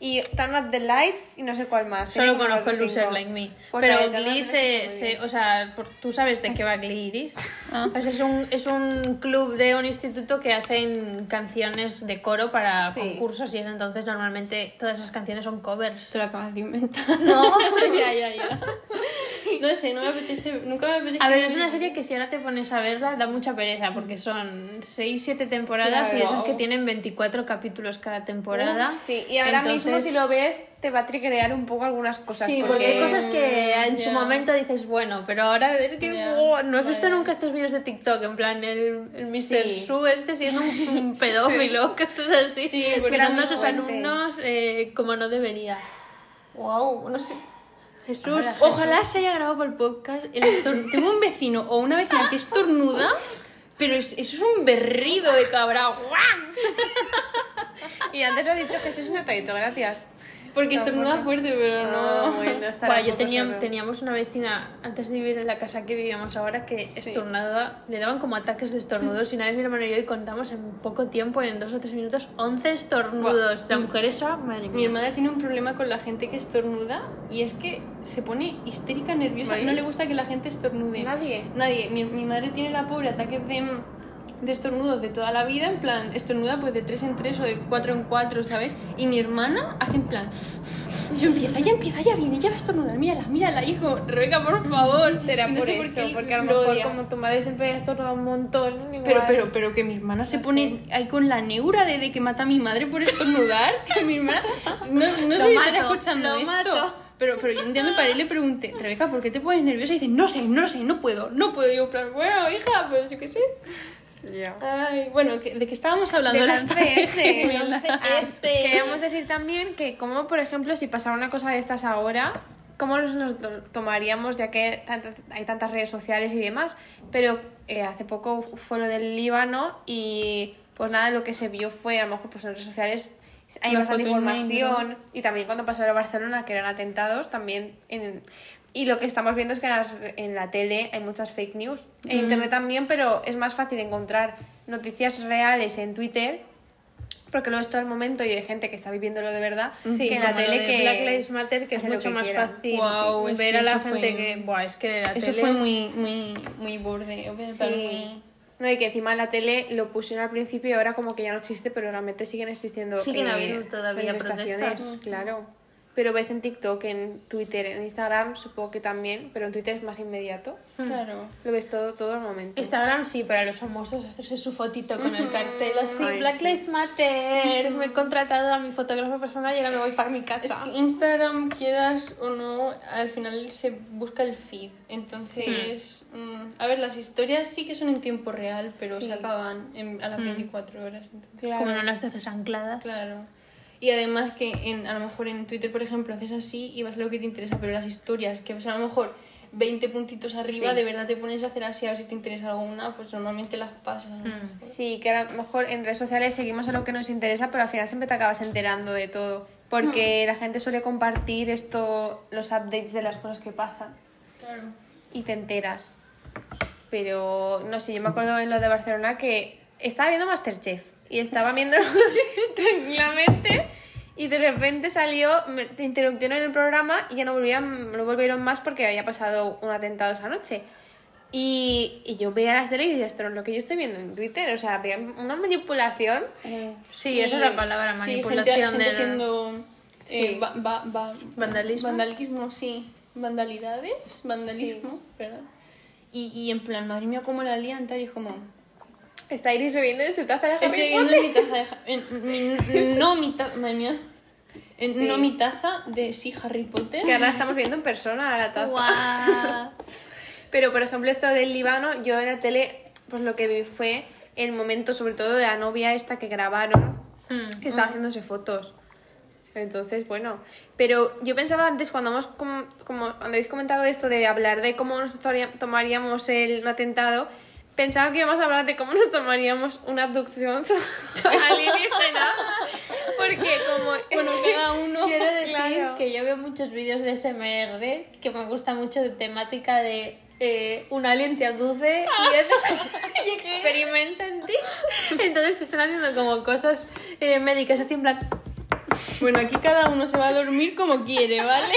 Speaker 2: y Turn Up the Lights y no sé cuál más.
Speaker 4: Solo
Speaker 2: Tiene como
Speaker 4: conozco
Speaker 2: cuatro o
Speaker 4: Loser
Speaker 2: cinco.
Speaker 4: Like Me.
Speaker 2: Pues la de
Speaker 4: pero
Speaker 2: Turn Up the
Speaker 4: Glee
Speaker 2: Lights
Speaker 4: se,
Speaker 2: está muy
Speaker 4: se- O sea, por- tú sabes de qué va Glee, Iris. Pues es, un, es un club de un instituto que hacen canciones de coro para
Speaker 2: Sí.
Speaker 4: concursos y eso, entonces normalmente todas esas canciones son covers.
Speaker 3: Te lo acabas de inventar. No, ya, ya, ya. No sé, no me apetece. Nunca me apetece.
Speaker 4: A ver, es una serie que si ahora te pones a verla da mucha pereza porque son 6, 7 temporadas y
Speaker 2: Claro.
Speaker 4: esas que tienen 24 capítulos cada temporada.
Speaker 2: Sí, y ahora mismo
Speaker 4: Entonces-
Speaker 2: si lo ves te va a triggerear un poco algunas cosas.
Speaker 3: Sí,
Speaker 4: Porque hay
Speaker 2: porque...
Speaker 4: cosas que en su
Speaker 3: Ya.
Speaker 4: momento dices, bueno, pero ahora es que
Speaker 3: Ya,
Speaker 4: wow, no has
Speaker 3: vale.
Speaker 4: visto nunca estos vídeos de TikTok, en plan el, el Mr.
Speaker 2: Sí.
Speaker 4: Su este siendo un, un pedófilo, cosas así,
Speaker 3: Sí, porque
Speaker 4: esperando
Speaker 3: no
Speaker 4: a sus
Speaker 2: cuente.
Speaker 4: alumnos eh, como no debería.
Speaker 3: Wow, no sé.
Speaker 4: Jesús,
Speaker 3: Ojalá se haya grabado para el podcast. El estor- Tengo un vecino o una vecina que es tornuda, pero es- eso es un berrido de cabra. ¡guau!
Speaker 2: Y antes lo ha dicho Jesús y no te ha dicho gracias. Ah.
Speaker 3: Porque estornuda
Speaker 2: porque-
Speaker 3: fuerte, pero no.
Speaker 2: No, bueno,
Speaker 4: Buah,
Speaker 2: estará un
Speaker 4: yo
Speaker 2: poco
Speaker 4: tenía-
Speaker 2: solo.
Speaker 4: teníamos una vecina antes de vivir en la casa que vivíamos ahora que estornudaba, le daban como ataques de estornudos y una vez mi hermano y yo y contamos en poco tiempo, en dos o tres minutos, 11 estornudos. La mujer esa, madre
Speaker 3: Mi
Speaker 4: mía.
Speaker 3: hermana tiene un problema con la gente que estornuda y es que se pone histérica, nerviosa.
Speaker 2: Vale.
Speaker 3: No le gusta que la gente estornude.
Speaker 2: Nadie.
Speaker 3: Nadie. Mi, mi madre tiene la pobre ataques de, de estornudos de toda la vida. En plan, estornuda pues de 3 en 3 o de 4 en 4, ¿sabes? Y mi hermana hace en plan... y Yo empieza, ya empieza, ya viene, ya va a estornudar, mírala, mírala, hijo, Rebeca, por favor.
Speaker 2: Será
Speaker 3: Y no
Speaker 2: por
Speaker 3: sé
Speaker 2: eso,
Speaker 3: qué
Speaker 2: porque a lo mejor
Speaker 3: odia.
Speaker 2: como tu madre siempre ha estornudado un montón. igual.
Speaker 3: Pero, pero, pero que mi hermana se pone ahí con la neura de, de que mata a mi madre por estornudar. que mi hermana. No, no
Speaker 4: Lo
Speaker 3: sé si estará
Speaker 4: mato,
Speaker 3: escuchando
Speaker 4: lo
Speaker 3: esto.
Speaker 4: mato.
Speaker 3: Pero, pero yo un día me paré y le pregunté, Rebeca, ¿por qué te pones nerviosa? Y dice, no sé, no sé, no puedo, no puedo. Y yo, en plan, bueno, hija, pues yo qué sé.
Speaker 2: Ya.
Speaker 3: Ay, bueno, ¿que- ¿de qué estábamos hablando?
Speaker 2: de
Speaker 3: Las
Speaker 2: las CS.
Speaker 3: gemelas.
Speaker 2: Ah, Queríamos decir también que como, por ejemplo, si pasara una cosa de estas ahora, ¿cómo nos, nos to- tomaríamos ya que tanta- hay tantas redes sociales y demás? Pero eh, hace poco fue lo del Líbano y pues nada, lo que se vio fue a lo mejor pues, en redes sociales hay
Speaker 3: Una
Speaker 2: bastante
Speaker 3: foto en medio.
Speaker 2: información y también cuando pasó en Barcelona que eran atentados también en- y lo que estamos viendo es que en, las- en la tele hay muchas fake news en internet también pero es más fácil encontrar noticias reales en Twitter porque lo es todo el momento y de gente que está viviéndolo de verdad que en la
Speaker 4: como lo
Speaker 2: tele
Speaker 4: de
Speaker 2: que
Speaker 4: Black Lives Matter que es
Speaker 2: hace lo
Speaker 4: mucho
Speaker 2: que
Speaker 4: más
Speaker 2: quiera.
Speaker 4: fácil
Speaker 3: Guau, es
Speaker 4: ver
Speaker 3: que
Speaker 4: a la
Speaker 3: eso fue-
Speaker 4: gente que buah es que la
Speaker 3: Eso
Speaker 4: tele
Speaker 3: fue muy, muy, muy borde.
Speaker 2: Sí.
Speaker 3: muy-
Speaker 2: no y que encima en la tele lo pusieron al principio y ahora como que ya no existe pero realmente siguen existiendo
Speaker 4: Siguen habiendo todavía
Speaker 2: manifestaciones,
Speaker 4: protestas.
Speaker 2: claro pero ves en TikTok en Twitter en Instagram supongo que también pero en Twitter es más inmediato
Speaker 3: Claro.
Speaker 2: lo ves todo todo el momento
Speaker 4: Instagram sí para los famosos hacerse su fotito con el cartel así
Speaker 2: Ay,
Speaker 4: Black
Speaker 2: sí.
Speaker 4: Lives Matter me he contratado a mi fotógrafo personal y ahora me voy para mi casa
Speaker 3: Es que Instagram, quieras o no, al final se busca el feed. Entonces, mm, a ver, las historias sí que son en tiempo real, pero
Speaker 2: Sí. Mm.
Speaker 3: se acaban en- a las 24 horas. Entonces,
Speaker 2: claro
Speaker 4: como no las haces ancladas
Speaker 3: claro. Y además que en, a lo mejor en Twitter, por ejemplo, haces así y vas a lo que te interesa, pero las historias, que ves a lo mejor 20 puntitos arriba,
Speaker 2: Sí.
Speaker 3: de verdad te pones a hacer así a ver si te interesa alguna, pues normalmente las pasas.
Speaker 2: Mm. Sí, que a lo mejor en redes sociales seguimos a lo que nos interesa, pero al final siempre te acabas enterando de todo. Porque la gente suele compartir esto, los updates de las cosas que pasan.
Speaker 3: Claro.
Speaker 2: y te enteras. Pero no sé, yo me acuerdo en lo de Barcelona que estaba viendo Masterchef y estaba viendo tranquilamente y de repente salió, me te interrumpieron el programa y ya no volvían, no volvieron más porque había pasado un atentado esa noche. Y, y yo veía las tele y decía, esto no es lo que yo estoy viendo en Twitter, o sea, veía una manipulación.
Speaker 4: Sí, esa es la palabra,
Speaker 3: Sí,
Speaker 4: manipulación
Speaker 3: gente, gente
Speaker 4: del-
Speaker 3: haciendo eh,
Speaker 2: Sí.
Speaker 3: va- va- va-
Speaker 4: Vandalismo.
Speaker 3: Vandalismo, sí. Vandalidades, vandalismo, ¿verdad? Y, y en plan, madre mía, cómo la lían, tal, y es como...
Speaker 2: Está Iris bebiendo en su taza de Harry
Speaker 3: Estoy viendo
Speaker 2: Potter.
Speaker 3: mi taza de... ja- en- mi- no mi taza, madre mía. En-
Speaker 2: Sí.
Speaker 3: No mi taza de sí Harry Potter.
Speaker 2: Que ahora estamos viendo en persona la taza.
Speaker 4: Guau.
Speaker 2: Pero, por ejemplo, esto del Líbano, yo en la tele, pues lo que vi fue el momento, sobre todo, de la novia esta que grabaron,
Speaker 4: Mm.
Speaker 2: que estaba haciéndose fotos. Entonces, bueno, pero yo pensaba antes, cuando, hemos, com- como, cuando habéis comentado esto de hablar de cómo nos tomaría- tomaríamos el, un atentado, pensaba que íbamos a hablar de cómo nos tomaríamos una abducción zo- alienígena. Porque como... es
Speaker 3: Bueno,
Speaker 2: que-
Speaker 3: cada uno...
Speaker 4: Quiero decir
Speaker 2: Claro.
Speaker 4: que yo veo muchos vídeos de SMR que me gusta mucho de temática de eh, un alien te abduce y, es- y experimenta en ti. Entonces te están haciendo como cosas eh, médicas, así en plan.
Speaker 3: Bueno, aquí cada uno se va a dormir como quiere, ¿vale?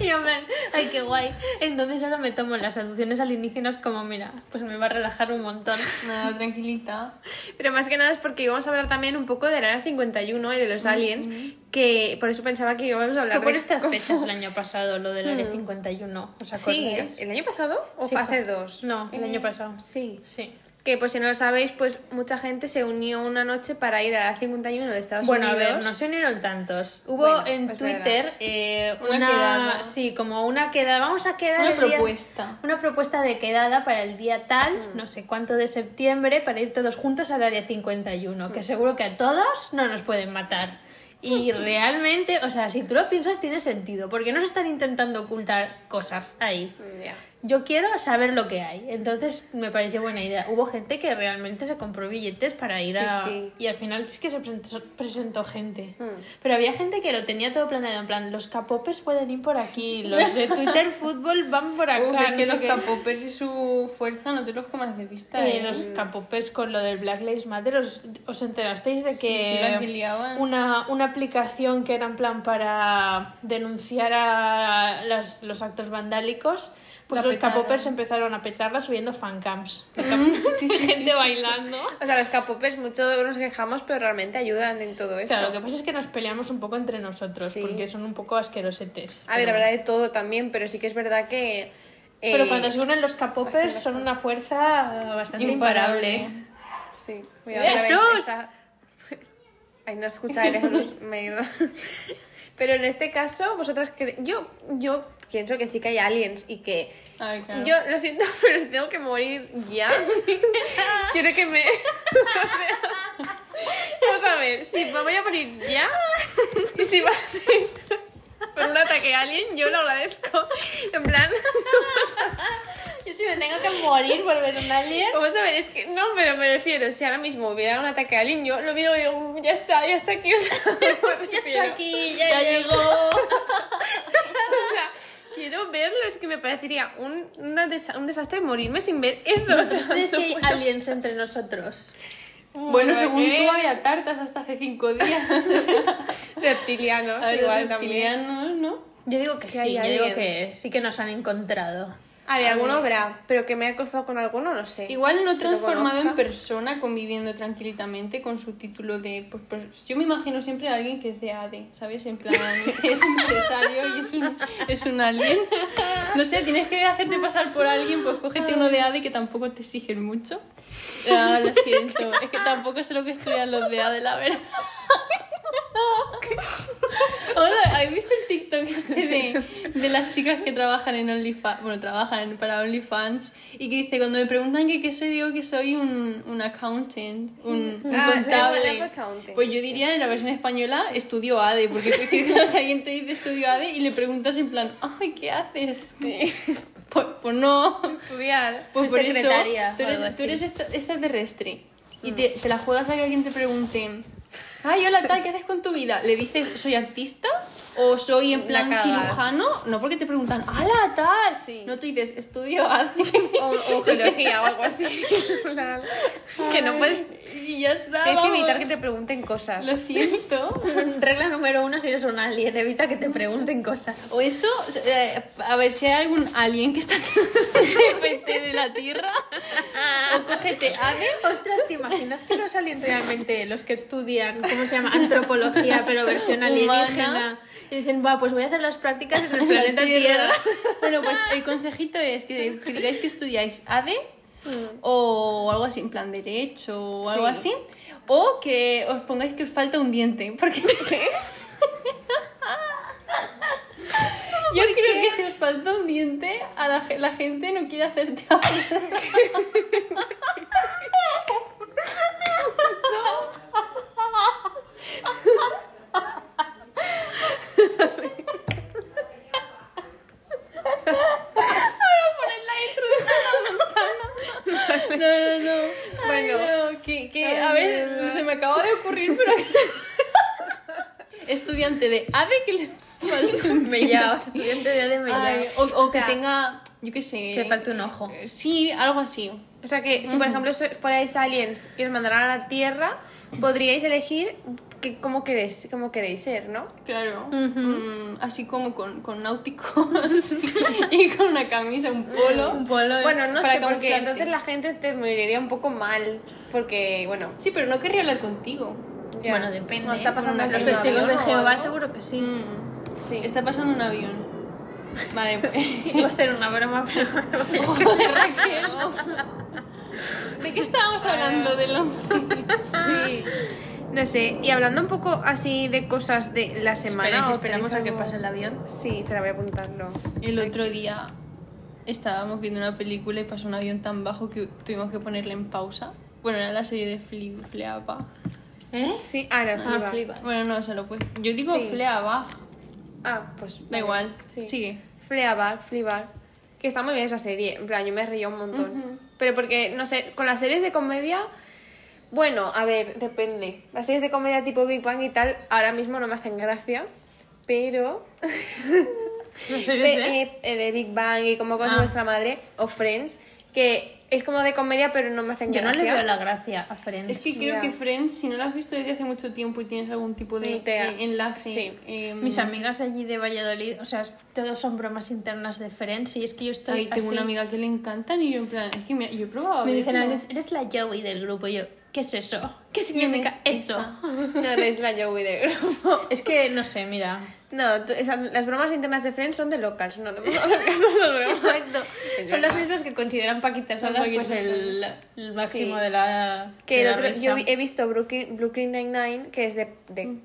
Speaker 4: Y yo en plan, ay, qué guay. Entonces ahora me tomo las abducciones alienígenas como, mira, pues me va a relajar un montón.
Speaker 3: Nada, tranquilita.
Speaker 2: Pero más que nada es porque íbamos a hablar también un poco del área 51 y de los aliens, que por eso pensaba que íbamos a hablar
Speaker 4: Fue por
Speaker 2: de- Hmm.
Speaker 4: estas fechas el año pasado, lo del Área 51. ¿Os
Speaker 2: Sí,
Speaker 4: acordáis?
Speaker 2: ¿el Mm. año pasado o
Speaker 4: Sí,
Speaker 2: fue
Speaker 4: fue-
Speaker 2: hace dos?
Speaker 4: No, el año pasado.
Speaker 2: Sí.
Speaker 4: Sí.
Speaker 2: Que pues si no lo sabéis, pues mucha gente se unió una noche para ir a la 51 de Estados
Speaker 4: Bueno, a
Speaker 2: Unidos.
Speaker 4: ver, no se unieron tantos. Hubo
Speaker 2: Bueno,
Speaker 4: en
Speaker 2: es
Speaker 4: Twitter eh,
Speaker 3: Una
Speaker 4: una,
Speaker 3: quedada.
Speaker 4: sí, como una quedada, vamos a quedar
Speaker 3: Una
Speaker 4: el día-
Speaker 3: propuesta.
Speaker 4: una propuesta de quedada para el día tal, no sé cuánto de septiembre, para ir todos juntos al área 51, que seguro que a todos no nos pueden matar. Y realmente, o sea, si tú lo piensas tiene sentido, porque no se están intentando ocultar cosas ahí.
Speaker 2: Ya.
Speaker 4: Yo quiero saber lo que hay. Entonces me pareció buena idea. Hubo gente que realmente se compró billetes para ir
Speaker 2: Sí,
Speaker 4: a.
Speaker 2: sí.
Speaker 4: Y al final sí que se presentó, presentó gente.
Speaker 3: Hmm.
Speaker 4: Pero había gente que lo tenía todo planeado. En plan, los capopes pueden ir por aquí. Los de Twitter Fútbol van por acá.
Speaker 3: Uf, es
Speaker 4: no
Speaker 3: que
Speaker 4: sé
Speaker 3: los
Speaker 4: qué.
Speaker 3: capopers y su fuerza no te los comas de vista.
Speaker 4: Eh,
Speaker 3: ¿eh?
Speaker 4: los capopes con lo del Black Lives Matter, ¿os, os enterasteis de que,
Speaker 3: Sí, sí, la que liaban.
Speaker 4: una, una aplicación que era en plan para denunciar a las- los actos vandálicos, pues
Speaker 3: La
Speaker 4: los
Speaker 3: petaron.
Speaker 4: capopers empezaron a petarla subiendo fancams.
Speaker 3: Sí, sí, sí,
Speaker 4: gente
Speaker 3: sí, sí.
Speaker 4: bailando.
Speaker 2: O sea, los capopes mucho nos quejamos, pero realmente ayudan en todo esto.
Speaker 4: Claro, lo que pasa es que nos peleamos un poco entre nosotros,
Speaker 2: Sí.
Speaker 4: porque son un poco asquerosetes.
Speaker 2: A ver, la
Speaker 4: pero-
Speaker 2: verdad de todo también, pero sí que es verdad que... eh,
Speaker 4: Pero cuando se unen los capopers son una fuerza eh, bastante imparable.
Speaker 2: Sí, mira, otra vez
Speaker 4: ¡Jesús!
Speaker 2: está- Ay, no escucha el Jesús, mierda. Pero en este caso, vosotras cre- yo yo pienso que sí que hay aliens y que
Speaker 3: A ver, claro.
Speaker 2: yo lo siento, pero si tengo que morir ya, quiero que me o sea, Vamos a ver, si me voy a morir ya y si va a ser por un ataque alien, yo lo agradezco. En plan,
Speaker 4: Yo si me tengo que morir por ver un alien...
Speaker 2: Vamos a ver, es que no, pero me refiero, si ahora mismo hubiera un ataque a alguien, yo lo veo y digo, "Mm, ya está, ya está aquí, o sea, me refiero.
Speaker 4: Aquí
Speaker 3: Ya llegó.
Speaker 2: O sea, quiero verlo, es que me parecería un, una desa- un desastre morirme sin ver eso. o sea,
Speaker 4: ¿Crees
Speaker 2: no
Speaker 4: que hay
Speaker 2: puedo.
Speaker 4: aliens entre nosotros?
Speaker 3: Bueno, según
Speaker 4: ¿eh?
Speaker 2: Raquel,
Speaker 3: tú había tartas hasta hace cinco días.
Speaker 2: reptilianos,
Speaker 3: A ver,
Speaker 2: igual también.
Speaker 3: reptilianos, ¿no?
Speaker 4: Yo digo que
Speaker 2: Que hay
Speaker 4: sí, yo
Speaker 2: aliens.
Speaker 4: digo que sí que nos han encontrado.
Speaker 2: A ver, alguno habrá, pero que me haya cruzado con alguno, no sé.
Speaker 3: Igual no
Speaker 2: Que lo
Speaker 3: transformado en
Speaker 2: conozca.
Speaker 3: persona, conviviendo tranquilamente con su título de... Pues, pues, yo me imagino siempre a alguien que es de ADE, ¿sabes? En plan, es empresario y es un, es un alien. No sé, tienes que hacerte pasar por alguien, pues cógete uno de ADE que tampoco te exigen mucho. Ah, lo siento, es que tampoco sé lo que estudian los de ADE, la verdad. Hola, ¿habéis visto el TikTok este de, de las chicas que trabajan en OnlyFans? Bueno, trabajan en- para OnlyFans y que dice, cuando me preguntan que qué soy, digo que soy un, un accountant, un, un
Speaker 2: Ah,
Speaker 3: contable.
Speaker 2: sí, accountant.
Speaker 3: Pues yo diría en la versión española, estudio ADE, porque es que cuando alguien te dice estudio ADE y le preguntas en plan, ay, ¿qué haces?
Speaker 2: Sí.
Speaker 3: Pues, pues no.
Speaker 2: Estudiar.
Speaker 3: Pues por eso,
Speaker 4: Secretaria,
Speaker 3: tú
Speaker 4: o
Speaker 3: eres,
Speaker 4: algo
Speaker 3: tú
Speaker 4: así.
Speaker 3: eres extra- extraterrestre y te, te la juegas a que alguien te pregunte, ay, hola, tal, ¿qué haces con tu vida? ¿Le dices, soy artista? ¿O soy en plan
Speaker 2: cagas.
Speaker 3: cirujano? No, porque te preguntan, hola, tal.
Speaker 2: Sí.
Speaker 3: No te dices, estudio arte.
Speaker 2: O, o geología o algo así. que no puedes.
Speaker 3: y ya está.
Speaker 2: Tienes que
Speaker 3: vamos.
Speaker 2: evitar que te pregunten cosas.
Speaker 3: Lo siento.
Speaker 4: Regla número uno, si eres un alien, evita que te pregunten cosas.
Speaker 3: O eso, eh, a ver si hay algún alien que está frente de la Tierra. O cógete ave.
Speaker 4: Ostras, ¿te imaginas que no salen realmente los que estudian, ¿cómo se llama? Antropología, pero versión alienígena.
Speaker 3: Humana.
Speaker 4: Y dicen, va, pues voy a hacer las prácticas en el
Speaker 3: La
Speaker 4: planeta Tierra.
Speaker 3: Bueno, pues el consejito es que, que digáis que estudiáis ADE Mm. o algo así, en plan derecho o algo así. O que os pongáis que os falta un diente. Porque Yo creo que si os falta un diente, a la, ge- la gente no quiere hacerte ADE. en la intro de Hannah Montana. No, no, no. Bueno, que, que, a ver, se me acaba de ocurrir, pero. Estudiante de AVE que le falta un
Speaker 4: Mellao, estudiante de ADE Mellao.
Speaker 3: Ay, O, o
Speaker 4: O sea,
Speaker 3: que tenga, yo qué sé.
Speaker 4: que falte un ojo.
Speaker 3: Eh, Sí, algo así.
Speaker 2: O sea que si por ejemplo so- fuerais aliens y os mandaran a la Tierra, podríais elegir que, cómo, queréis, cómo queréis ser, ¿no?
Speaker 3: Claro. Mm, así como con, con náuticos y con una camisa, un polo. eh.
Speaker 4: Un polo.
Speaker 2: Bueno, no
Speaker 3: para
Speaker 2: sé, porque
Speaker 3: camuflarte.
Speaker 2: entonces la gente te miraría un poco mal, porque bueno...
Speaker 3: Sí, pero no querría hablar contigo.
Speaker 2: ya.
Speaker 4: Bueno, depende.
Speaker 2: No está pasando
Speaker 4: Los
Speaker 2: aquí un
Speaker 4: testigos de
Speaker 2: avión o
Speaker 4: Jehová
Speaker 2: algo.
Speaker 4: seguro que sí.
Speaker 3: Mm,
Speaker 2: Sí.
Speaker 3: Está pasando un avión. Vale, pues.
Speaker 4: Iba a hacer una broma, pero me voy a-
Speaker 3: Raquel. ¿De qué estábamos hablando? De lo...
Speaker 2: Sí. No sé, y hablando un poco así de cosas de la semana...
Speaker 4: Esperéis,
Speaker 2: ¿o
Speaker 4: esperamos
Speaker 2: tenéis
Speaker 4: a que
Speaker 2: algo?
Speaker 4: pase el avión.
Speaker 2: Sí, espera, voy a apuntarlo.
Speaker 3: El otro día estábamos viendo una película y pasó un avión tan bajo que tuvimos que ponerle en pausa. Bueno, era la serie de Fli- Fleaba.
Speaker 4: ¿Eh?
Speaker 2: Sí, ah, era
Speaker 4: Ah,
Speaker 2: flipa.
Speaker 4: flipa.
Speaker 3: Bueno, no, se lo puedo. Yo digo
Speaker 2: Sí.
Speaker 3: Fleabag.
Speaker 2: Ah, pues...
Speaker 3: Da
Speaker 2: vale.
Speaker 3: igual.
Speaker 2: Sí.
Speaker 3: Sigue.
Speaker 2: Fleabag, Fleabag. Que está muy bien esa serie. En plan, yo me reía un montón. Pero porque, no sé, con las series de comedia... Bueno, a ver, depende. Las series de comedia tipo Big Bang y tal, ahora mismo no me hacen gracia. Pero... Pe- eh, eh, de Big Bang y como con
Speaker 4: Ah.
Speaker 2: nuestra madre, o Friends, que es como de comedia, pero no me hacen
Speaker 4: Yo no
Speaker 2: gracia.
Speaker 4: le veo la gracia a Friends.
Speaker 3: Es que
Speaker 2: Sí,
Speaker 3: creo
Speaker 2: ya.
Speaker 3: que Friends, si no la has visto desde hace mucho tiempo y tienes algún tipo de,
Speaker 2: Ni idea.
Speaker 3: de enlace.
Speaker 2: Sí.
Speaker 3: em,
Speaker 4: Mis amigas allí de Valladolid, o sea, es- todos son bromas internas de Friends y es que yo estoy
Speaker 3: Ay, tengo
Speaker 4: así.
Speaker 3: una amiga que le encantan y yo en plan, es que me- yo he probado. eh,
Speaker 4: Me dicen a
Speaker 3: verlo.
Speaker 4: veces, eres la Joey del grupo. Y yo, ¿qué es eso? ¿Qué
Speaker 3: ¿Quién
Speaker 4: significa
Speaker 3: es
Speaker 4: eso?
Speaker 3: esa?
Speaker 2: No eres la Joey del grupo.
Speaker 4: Es que, no sé, mira.
Speaker 2: No, tú- esa- las bromas internas de Friends son de locals, no le hemos dado caso a esas bromas.
Speaker 4: Exacto.
Speaker 2: Es
Speaker 4: Son
Speaker 2: verdad.
Speaker 4: las mismas que consideran Paquita
Speaker 3: Son
Speaker 4: Salas pues
Speaker 3: Paquita
Speaker 4: el, el máximo
Speaker 2: Sí.
Speaker 4: de la.
Speaker 2: Que
Speaker 4: de
Speaker 2: el
Speaker 4: la
Speaker 2: otro,
Speaker 4: risa. Mm.
Speaker 2: yo vi- he visto Brooklyn, Brooklyn Nine-Nine, que es de, de,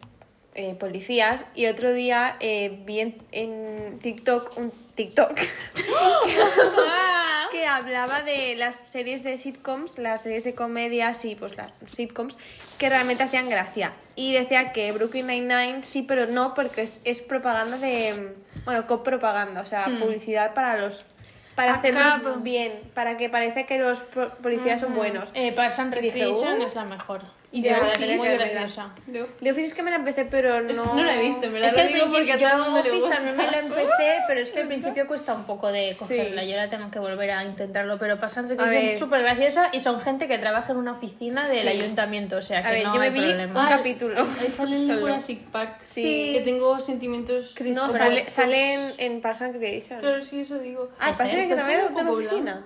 Speaker 2: eh, policías, y otro día eh, vi en, en TikTok un TikTok que hablaba de las series de sitcoms, las series de comedias y pues las sitcoms que realmente hacían gracia. Y decía que Brooklyn Nine-Nine sí, pero no, porque es, es propaganda de. Bueno, copropaganda, o sea,
Speaker 4: Hmm.
Speaker 2: publicidad para los. Para
Speaker 4: Acabo.
Speaker 2: hacerlos bien, para que parece que los pro- policías son buenos.
Speaker 4: Eh, Pass and
Speaker 2: Dije,
Speaker 4: Recreation
Speaker 2: uh.
Speaker 4: es la mejor.
Speaker 3: Y
Speaker 4: De
Speaker 2: Ya,
Speaker 4: verdad,
Speaker 2: sí,
Speaker 4: es muy
Speaker 2: sí, sí.
Speaker 4: graciosa.
Speaker 3: Yo-
Speaker 2: The Office es que me la empecé, pero no.
Speaker 3: no la he visto, en verdad.
Speaker 4: Es que
Speaker 3: lo
Speaker 4: al
Speaker 3: digo porque
Speaker 4: principio
Speaker 3: a
Speaker 4: yo
Speaker 3: todo el mundo le
Speaker 4: Office
Speaker 3: gusta.
Speaker 4: también me la empecé, pero es que al principio cuesta un poco de cogerla. Yo ahora tengo que volver a intentarlo, pero pasan
Speaker 2: A
Speaker 4: que
Speaker 2: ver.
Speaker 4: es súper graciosa y son gente que trabaja en una oficina del
Speaker 2: Sí.
Speaker 4: ayuntamiento, o sea que
Speaker 2: A ver,
Speaker 4: no
Speaker 2: yo me
Speaker 4: hay
Speaker 2: vi
Speaker 4: problema.
Speaker 2: un capítulo.
Speaker 3: Ah, Ahí sale el
Speaker 2: Solo.
Speaker 3: Jurassic Park.
Speaker 2: Sí.
Speaker 3: Que tengo sentimientos.
Speaker 2: No, sale, sale en, en Parks and Creation.
Speaker 3: Claro, sí, eso digo.
Speaker 2: Ah,
Speaker 4: No sé,
Speaker 2: Parks and Creation
Speaker 4: está
Speaker 2: también va de
Speaker 3: un
Speaker 2: una
Speaker 3: poco
Speaker 2: oficina.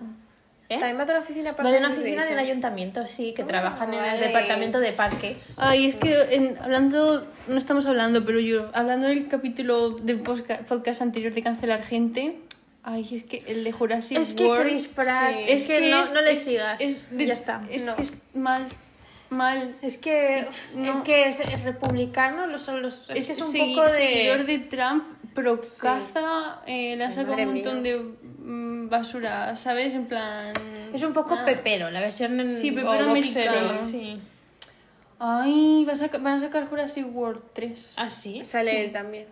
Speaker 4: ¿Eh?
Speaker 2: También va de una oficina
Speaker 4: Va
Speaker 2: Parks
Speaker 4: de
Speaker 2: and
Speaker 4: una oficina de un
Speaker 2: Recreation.
Speaker 4: ayuntamiento, sí, que trabajan en el
Speaker 2: vale.
Speaker 4: departamento de parques.
Speaker 3: Ay, es que en- hablando, no estamos hablando, pero yo, hablando del capítulo del posca- podcast anterior de cancelar gente, ay, es que el de Jurassic
Speaker 4: Es que
Speaker 3: World-
Speaker 4: Chris Pratt,
Speaker 2: sí.
Speaker 4: es, que, no,
Speaker 3: es-
Speaker 4: no le
Speaker 3: es-
Speaker 4: sigas.
Speaker 3: es de-
Speaker 4: ya está.
Speaker 3: Es,
Speaker 2: No.
Speaker 3: que es mal, mal.
Speaker 4: Es que
Speaker 3: no.
Speaker 4: que es el republicano los son los es, que es un
Speaker 3: segui-
Speaker 4: poco de
Speaker 3: seguidor de Trump, pero caza, eh, le saca
Speaker 2: Madre
Speaker 3: un montón
Speaker 2: mía.
Speaker 3: de mm, basura, ¿sabes? En plan...
Speaker 4: es un poco Ah. pepero la versión en
Speaker 3: Sí,
Speaker 4: o
Speaker 3: pepero
Speaker 4: boxer,
Speaker 3: americano.
Speaker 4: sí.
Speaker 3: Ay, vas a ca- van a sacar Jurassic World 3.
Speaker 4: ¿Ah, sí?
Speaker 2: Sale él también.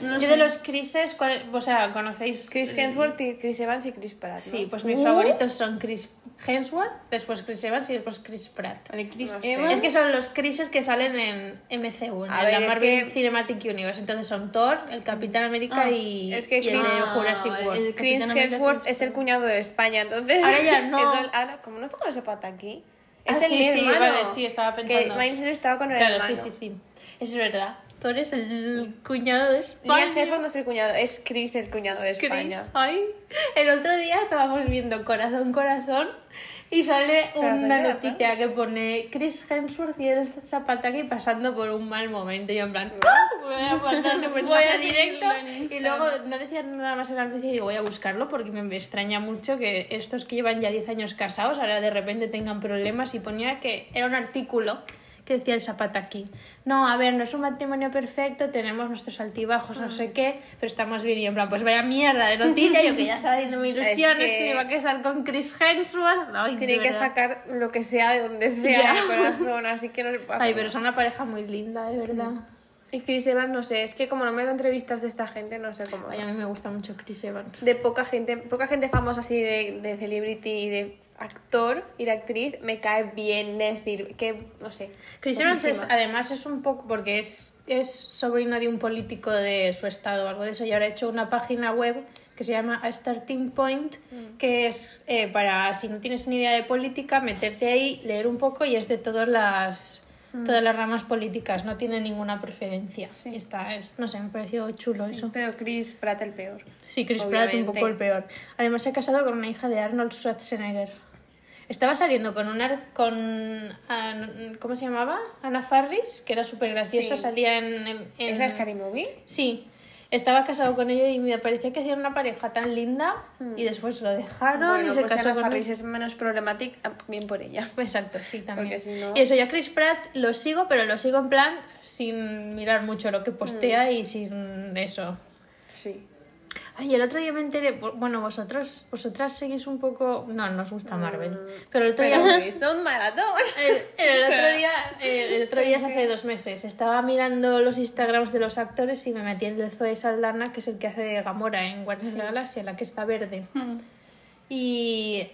Speaker 4: Yo de los Chrises, ¿cuál- o sea, ¿conocéis?
Speaker 2: Chris Hemsworth, y Chris Evans y Chris Pratt. ¿no?
Speaker 4: Eh. Sí, pues mis
Speaker 2: Uh,
Speaker 4: favoritos son Chris Hemsworth, después Chris Evans y después Chris Pratt.
Speaker 3: Vale, Chris
Speaker 2: No sé.
Speaker 3: Evans.
Speaker 4: Es que son los Chrises que salen en MCU, en
Speaker 2: A
Speaker 4: la
Speaker 2: ver, es
Speaker 4: Marvel
Speaker 2: que-
Speaker 4: Cinematic Universe. Entonces son Thor, el Capitán América
Speaker 3: Ah,
Speaker 4: y,
Speaker 2: es que
Speaker 4: y el
Speaker 2: Chris-
Speaker 4: de Jurassic
Speaker 3: Ah,
Speaker 4: World.
Speaker 3: el-
Speaker 2: Chris
Speaker 3: Capitán América,
Speaker 2: Hemsworth
Speaker 3: Chris
Speaker 2: es el cuñado de España, entonces.
Speaker 4: Ahora ya no.
Speaker 2: es el- ahora, como no está con esa pata aquí. Es
Speaker 4: Ah,
Speaker 2: el
Speaker 4: sí, sí,
Speaker 2: hermano.
Speaker 4: vale, sí, estaba pensando.
Speaker 2: Que Miley Cyrus estaba con el
Speaker 4: Claro,
Speaker 2: hermano.
Speaker 4: sí, sí, sí. Eso es verdad. Thor es el cuñado de España.
Speaker 2: Liam Hemsworth no es el cuñado, es Chris el cuñado de España.
Speaker 4: Ay, el otro día estábamos viendo Corazón, Corazón y sale
Speaker 2: Corazón,
Speaker 4: una
Speaker 2: corazón.
Speaker 4: noticia que pone Chris Hemsworth y el Zapataki pasando por un mal momento. Y yo en plan, ¡Ah! voy a mandarle un
Speaker 3: Voy a
Speaker 4: mensaje directo.
Speaker 3: seguirlo en
Speaker 4: Y
Speaker 3: Instagram.
Speaker 4: luego no decía nada más en la noticia y digo, voy a buscarlo porque me extraña mucho que estos que llevan ya 10 años casados ahora de repente tengan problemas. Y ponía que era un artículo que decía el Zapataki. No, a ver, no es un matrimonio perfecto, tenemos nuestros altibajos, no
Speaker 3: Ah.
Speaker 4: sé qué, pero estamos bien. Y en plan, pues vaya mierda de noticia, yo que ya estaba haciendo mi ilusión, es
Speaker 2: Es
Speaker 4: que...
Speaker 2: que-
Speaker 4: iba a casar con Chris Hemsworth. Ay, de
Speaker 2: Tiene que
Speaker 4: verdad.
Speaker 2: sacar lo que sea de donde sea
Speaker 4: Ya.
Speaker 2: el corazón, así que no se puede.
Speaker 4: Ay,
Speaker 2: hacer
Speaker 4: pero son una pareja muy linda, de verdad.
Speaker 2: nada. Y Chris Evans, no sé, es que como no me veo entrevistas de esta gente, no sé cómo.
Speaker 4: Ay, a mí me gusta mucho Chris Evans.
Speaker 2: de poca gente, poca gente famosa así de, de celebrity y de actor y de actriz me cae bien decir que no sé.
Speaker 4: Chris Evans es-
Speaker 2: buenísima.
Speaker 4: además es un poco porque es, es sobrino de un político de su estado o algo de eso y ahora he hecho una página web que se llama A Starting Point
Speaker 2: Mm.
Speaker 4: que es eh, para si no tienes ni idea de política meterte ahí leer un poco y es de todas las todas las ramas políticas no tiene ninguna preferencia
Speaker 2: Mm. Sí.
Speaker 4: está es, no sé me ha parecido chulo eso
Speaker 2: Pero Chris Pratt el peor.
Speaker 4: Sí, Chris Pratt un
Speaker 2: Obviamente.
Speaker 4: poco el peor. Además se ha casado con una hija de Arnold Schwarzenegger. Estaba saliendo con una con An- ¿cómo se llamaba? Ana Farris, que era súper graciosa,
Speaker 2: Sí.
Speaker 4: salía en, en- en-
Speaker 2: ¿Es la Scary Movie?
Speaker 4: Sí. Estaba casado con ella y me parecía que hacían una pareja tan linda
Speaker 2: Mm.
Speaker 4: y después lo dejaron y se casó
Speaker 2: Ana
Speaker 4: con
Speaker 2: pues Faris es menos problemática, ah, bien por ella.
Speaker 4: Exacto, sí, también.
Speaker 2: Porque si no-
Speaker 4: Y eso, yo a Chris Pratt lo sigo, pero lo sigo en plan sin mirar mucho lo que
Speaker 2: Mm.
Speaker 4: postea y sin eso.
Speaker 2: Sí.
Speaker 4: Ay, el otro día me enteré, bueno, vosotros, vosotras seguís un poco, no, no os gusta Marvel,
Speaker 3: Mm,
Speaker 4: pero el otro
Speaker 2: Pero
Speaker 4: día,
Speaker 2: he visto un maratón.
Speaker 4: el, el otro día, eh, el otro día es hace dos meses, estaba mirando los Instagrams de los actores y me metí el de Zoe Saldana, que es el que hace de Gamora en Guardians de la Galaxia, la que está verde,
Speaker 3: Mm.
Speaker 4: y